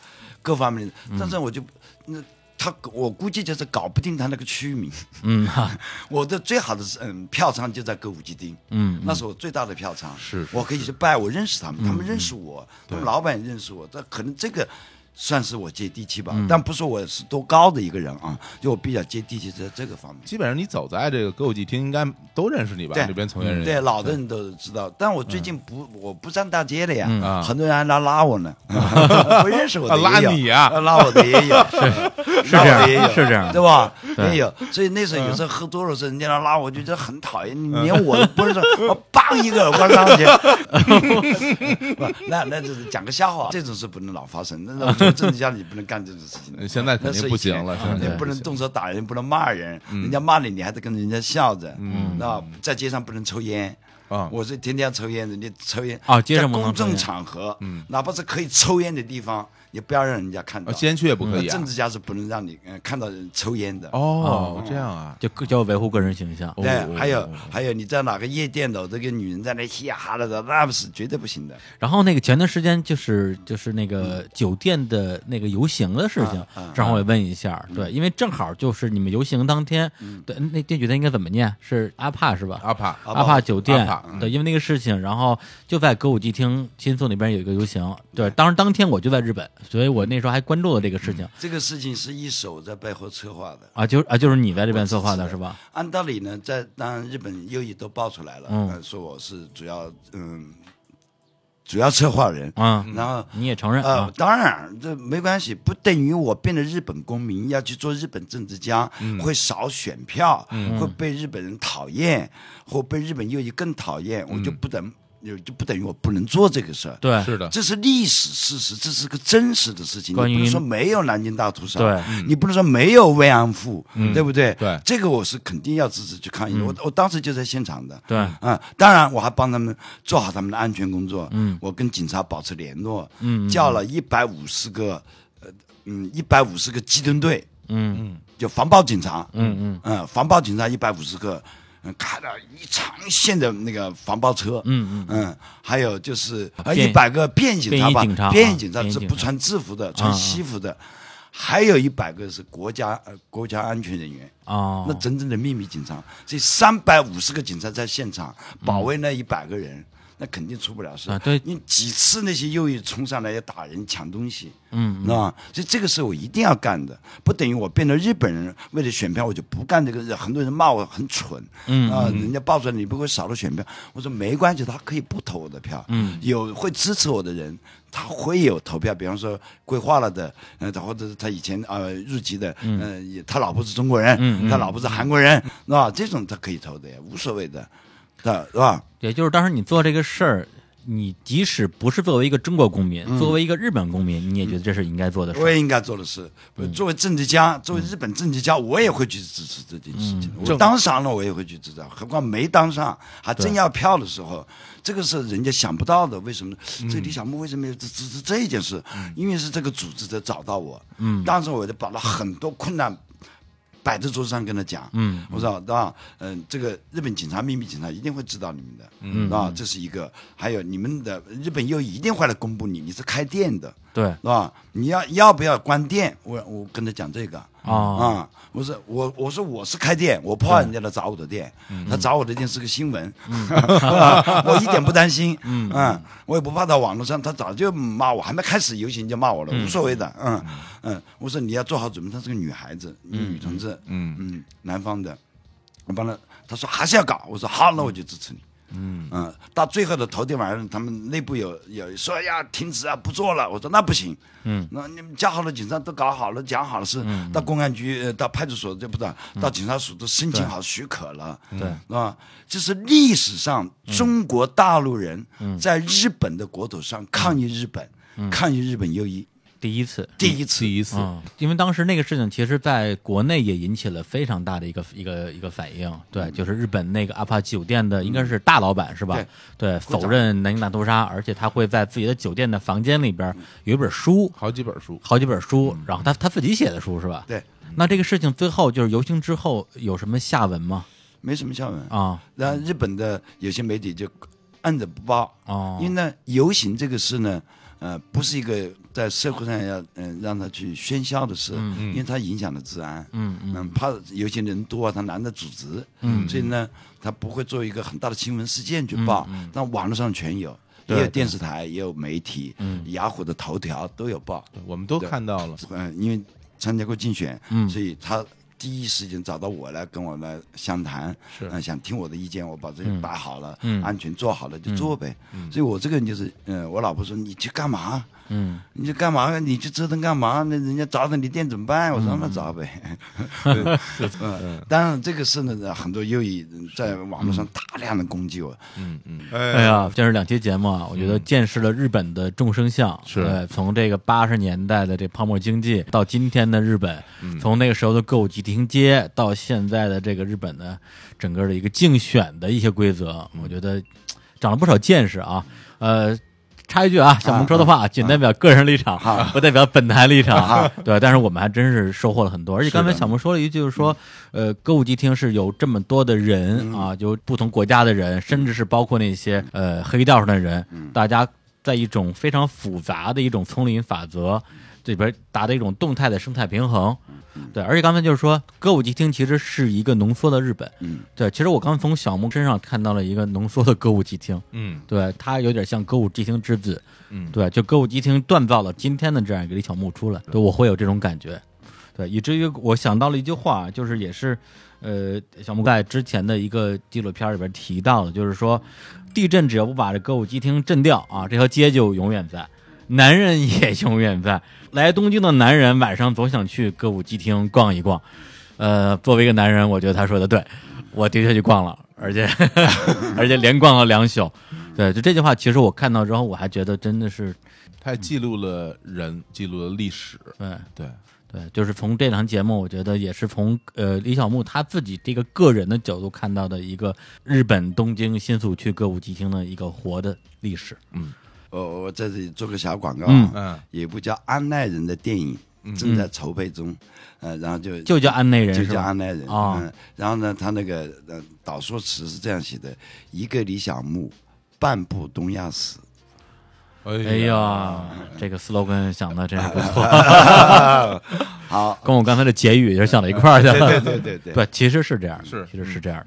各方面的。但是我就那他，我估计就是搞不定他那个区名。
嗯，
[laughs] 我的最好的是嗯票仓就在歌舞伎町，
嗯，
那是我最大的票仓。
是是
我可以去拜，我认识他们，他们认识我，
嗯
他们老板也认识我，但可能这个。算是我接地气吧，
嗯
但不说我是多高的一个人啊，就我比较接地气在这个方面。
基本上你走在这个歌舞伎町，应该都认识你吧？
对
这边从业人
对
员，
老的人都知道，但我最近不，我不上大街了呀，
啊
很多人还拉拉我
[laughs]
呢，不认识我的也
啊
有
拉你啊
拉我的也
[laughs]
有，是
这样
也有，
是这样
对吧？
对
也有，所以那时候有时候喝多了时候，人家来拉我，就觉得很讨厌，
嗯
你连我都不认识， [laughs] 我梆一个 [laughs] 耳光上去，不，那那就是讲个笑话，这种事不能老发生，那种做政治家你不能干这种事情的
嗯。现在肯
那是
定
以
不行了，
前
现在
也不能动手打人，不能骂人，人家骂你，你还得跟人家笑着。嗯，那在街上不能抽烟。
啊
我是天天要抽烟，人家抽烟
啊街上不能
在公
抽烟
众场合，嗯，哪怕是可以抽烟的地方，也不要让人家看到
啊。先去也不可
那
以啊
政。治家是不能让你呃看到人抽烟的。
哦，这样啊，哦
就就要维护个人形象。
对，还有还有，你在哪个夜店的这个女人在那嘻哈的，那是绝对不行的。
然后那个前段时间就是就是那个酒店的那个游行的事情，正好我也问一下，对，因为正好就是你们游行当天，对，那那酒店应该怎么念？是阿帕是吧？
阿帕
阿帕酒店
阿帕，
对，因为那个事情，然后就在歌舞伎町新宿那边有一个游行，对，当时当天我就在日本，所以我那时候还关注了这个事情
这个事情是一手在背后策划的。
啊，就啊就是你在这边策划的是吧？
按道理呢，在当然日本右翼都爆出来了，
嗯
呃说我是主要嗯主要策划人，
啊，
然后。
你也承认
呃
啊，，
当然，这没关系，不等于我变得日本公民，要去做日本政治家，会少选票，会被日本人讨厌，或被日本右翼更讨厌，我就不能，就不等于我不能做这个事儿。
对，
是的，
这是历史事实，这是个真实的事情。
关于
你不能说没有南京大屠杀，
对
你不能说没有慰安妇，对不对？
嗯对嗯
这个我是肯定要支持去抗议的。我我当时就在现场的。
对
啊，当然我还帮他们做好他们的安全工作。嗯，我跟警察保持联络，嗯，叫了一百五十个，呃，嗯，一百五十个机动队，
嗯
就防暴警察，
嗯嗯
嗯，防暴警察一百五十个，嗯，开了一长线的那个防暴车，
嗯
嗯还有就是啊
便
一百个便警察吧，
便衣警察
便衣警察
啊便衣
是
警察啊
不穿制服的，穿西服的，还有一百个是国家呃国家安全人员。
哦，
那真正的秘密警察，这三百五十个警察在现场保卫那一百个人，那肯定出不了事
啊对
你几次那些右翼冲上来要打人抢东西，
嗯，
知道吧？所以这个是我一定要干的，不等于我变成日本人为了选票我就不干这个事。很多人骂我很蠢，嗯啊，人家爆出来你不会少了选票，我说没关系，他可以不投我的票，嗯，有会支持我的人。他会有投票，比方说规划了的，呃，或者是他以前呃入籍的，嗯、呃也，他老婆是中国人，他老婆是韩国人，是吧？这种他可以投的呀，无所谓的，是吧是吧？
也就是当时你做这个事儿，你即使不是作为一个中国公民，作为一个日本公民，你也觉得这是应该做的事
我
儿。
也应该做的事。作为政治家，作为日本政治家，我也会去支持这件事情。我当上了，我也会去支持。何况没当上，还真要票的时候，这个是人家想不到的。为什么？这李小牧为什么要支支持这一件事？因为是这个组织者找到我，嗯，当时我就把了很多困难。摆在桌子上跟他讲，嗯，我说啊，嗯，这个日本警察、秘密警察一定会知道你们的，嗯啊，这是一个，还有你们的日本又一定会来公布你，你是开店的，
对，
是吧？啊你要要不要关店？我我跟他讲这个啊、
哦
我说我我说我是开店，我不怕人家来找我的店，他找我的店是个新闻， [laughs] 啊我一点不担心，嗯我也不怕到网络上，他早就骂我，还没开始游行就骂我了，无所谓的，嗯嗯，我说你要做好准备，她是个女孩子，女同志，嗯嗯，南方的，我帮他，他说还是要搞，我说好，那我就支持你。嗯到最后的头天晚上，他们内部有有说呀停止啊，不做了。我说那不行，嗯，那你们叫好了警察都搞好了，讲好了事，到公安局、呃到派出所就不知道，到警察署都申请好许可了，嗯对，啊，这是历史上中国大陆人在日本的国土上抗议日本，抗议日本右翼，
第一次，
嗯第一次，
第一次，
嗯，因为当时那个事情，其实在国内也引起了非常大的一个一个一个反应。对，就是日本那个阿帕酒店的，应该是大老板是吧？对，否认南京大屠杀，而且他会在自己的酒店的房间里边有一本书，
好几本书，
好几本书，然后他他自己写的书是吧？。
对，
那这个事情最后就是游行之后有什么下文吗？
没什么下文
啊，
然后日本的有些媒体就按着不报，
哦
因为呢，游行这个事呢，呃，不是一个在社会上要嗯、让他去喧嚣的事，因为它影响了治安，嗯嗯，怕有些人多啊，他难得组织，嗯，所以呢，他不会做一个很大的新闻事件去报，但网络上全有。也有电视台，也有媒体，雅虎的头条都有报。
对我们都看到了。
嗯，因为参加过竞选，所以他第一时间找到我来跟我来相谈，
是
呃想听我的意见，我把这些摆好了，安全做好了就做呗。所以我这个人就是，嗯、我老婆说你去干嘛？嗯，你去干嘛？你去折腾干嘛？那人家砸到你店怎么办？我说那砸呗。嗯， [laughs] 当然这个事呢，很多右翼人在网络上大量的攻击我，
哎呀，这是两期节目啊，我觉得见识了日本的众生相，
是
对从这个八十年代的这泡沫经济到今天的日本，从那个时候的歌舞伎町街到现在的这个日本的整个的一个竞选的一些规则，我觉得嘖长了不少见识啊，呃。插一句啊，小啊萌说的话仅代表个人立场，不代表本台立场。对，但是我们还真啊是收获了很多。而且刚才小萌说了一句，就是说，呃，歌舞伎町是有这么多的人啊，有不同国家的人，甚至是包括那些呃黑道上的人，大家在一种非常复杂的一种丛林法则这里边达到一种动态的生态平衡。对，而且刚才就是说，歌舞伎町其实是一个浓缩的日本。
嗯，
对，其实我刚从小萌身上看到了一个浓缩的歌舞伎町。
嗯，
对，它有点像歌舞伎町之子，嗯，对，就歌舞伎町锻造了今天的这样一个李小牧出来，对，我会有这种感觉，对，以至于我想到了一句话，就是也是，呃，小牧在之前的一个纪录片里边提到的，就是说，地震只要不把这歌舞伎町震掉啊，这条街就永远在。男人也永远在。来东京的男人晚上总想去歌舞伎町逛一逛，呃，作为一个男人，我觉得他说的对，我的确去逛了，而且 [laughs] 而且连逛了两宿。对，就这句话，其实我看到之后，我还觉得真的是，
它也记录了人，记录了历史，
对
对，
对，就是从这档节目，我觉得也是从呃李小牧他自己这个个人的角度看到的一个日本东京新宿区歌舞伎町的一个活的历史。
我我在这里做个小广告
嗯
啊，
嗯
有一部叫《安奈人》的电影正在筹备中，呃，然后就
就叫安内人
就是叫
吧？
安奈人
啊
嗯，然后呢，他那个呃导说词是这样写的：一个李小牧，半部东亚史。
哎
哎
呀，这个 slogan 想的真是不错，
好，
跟我刚才的结语也是想到一块儿去了。
对对对对对，
对，其实是这样的，
是
其实是这样的。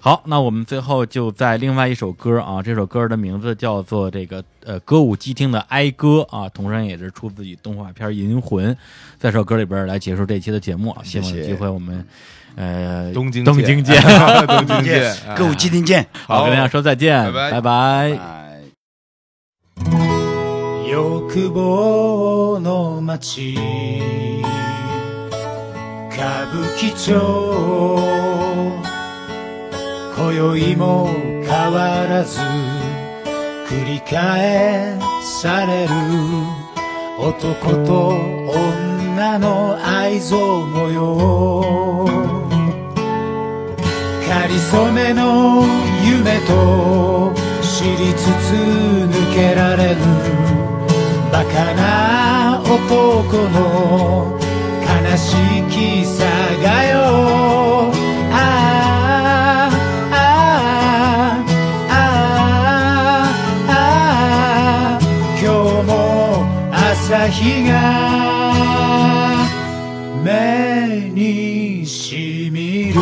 好，那我们最后就在另外一首歌啊，这首歌的名字叫做这个呃歌舞伎町的哀歌啊，同时也是出自于动画片《银魂》，在这首歌里边来结束这期的节目啊，希望有
谢谢
机会我们呃
东京
东京见，
[laughs] 东京
[laughs]
见，哎
歌舞伎町见。
好，跟大家说再见，
拜
拜
拜
拜
哎
欲望の街歌舞伎町今宵も変わらず繰り返される男と女の愛憎模様かりそめの夢と知りつつ抜けられぬバカな男の悲しきさがよああああああああ今日も朝日が目にしみる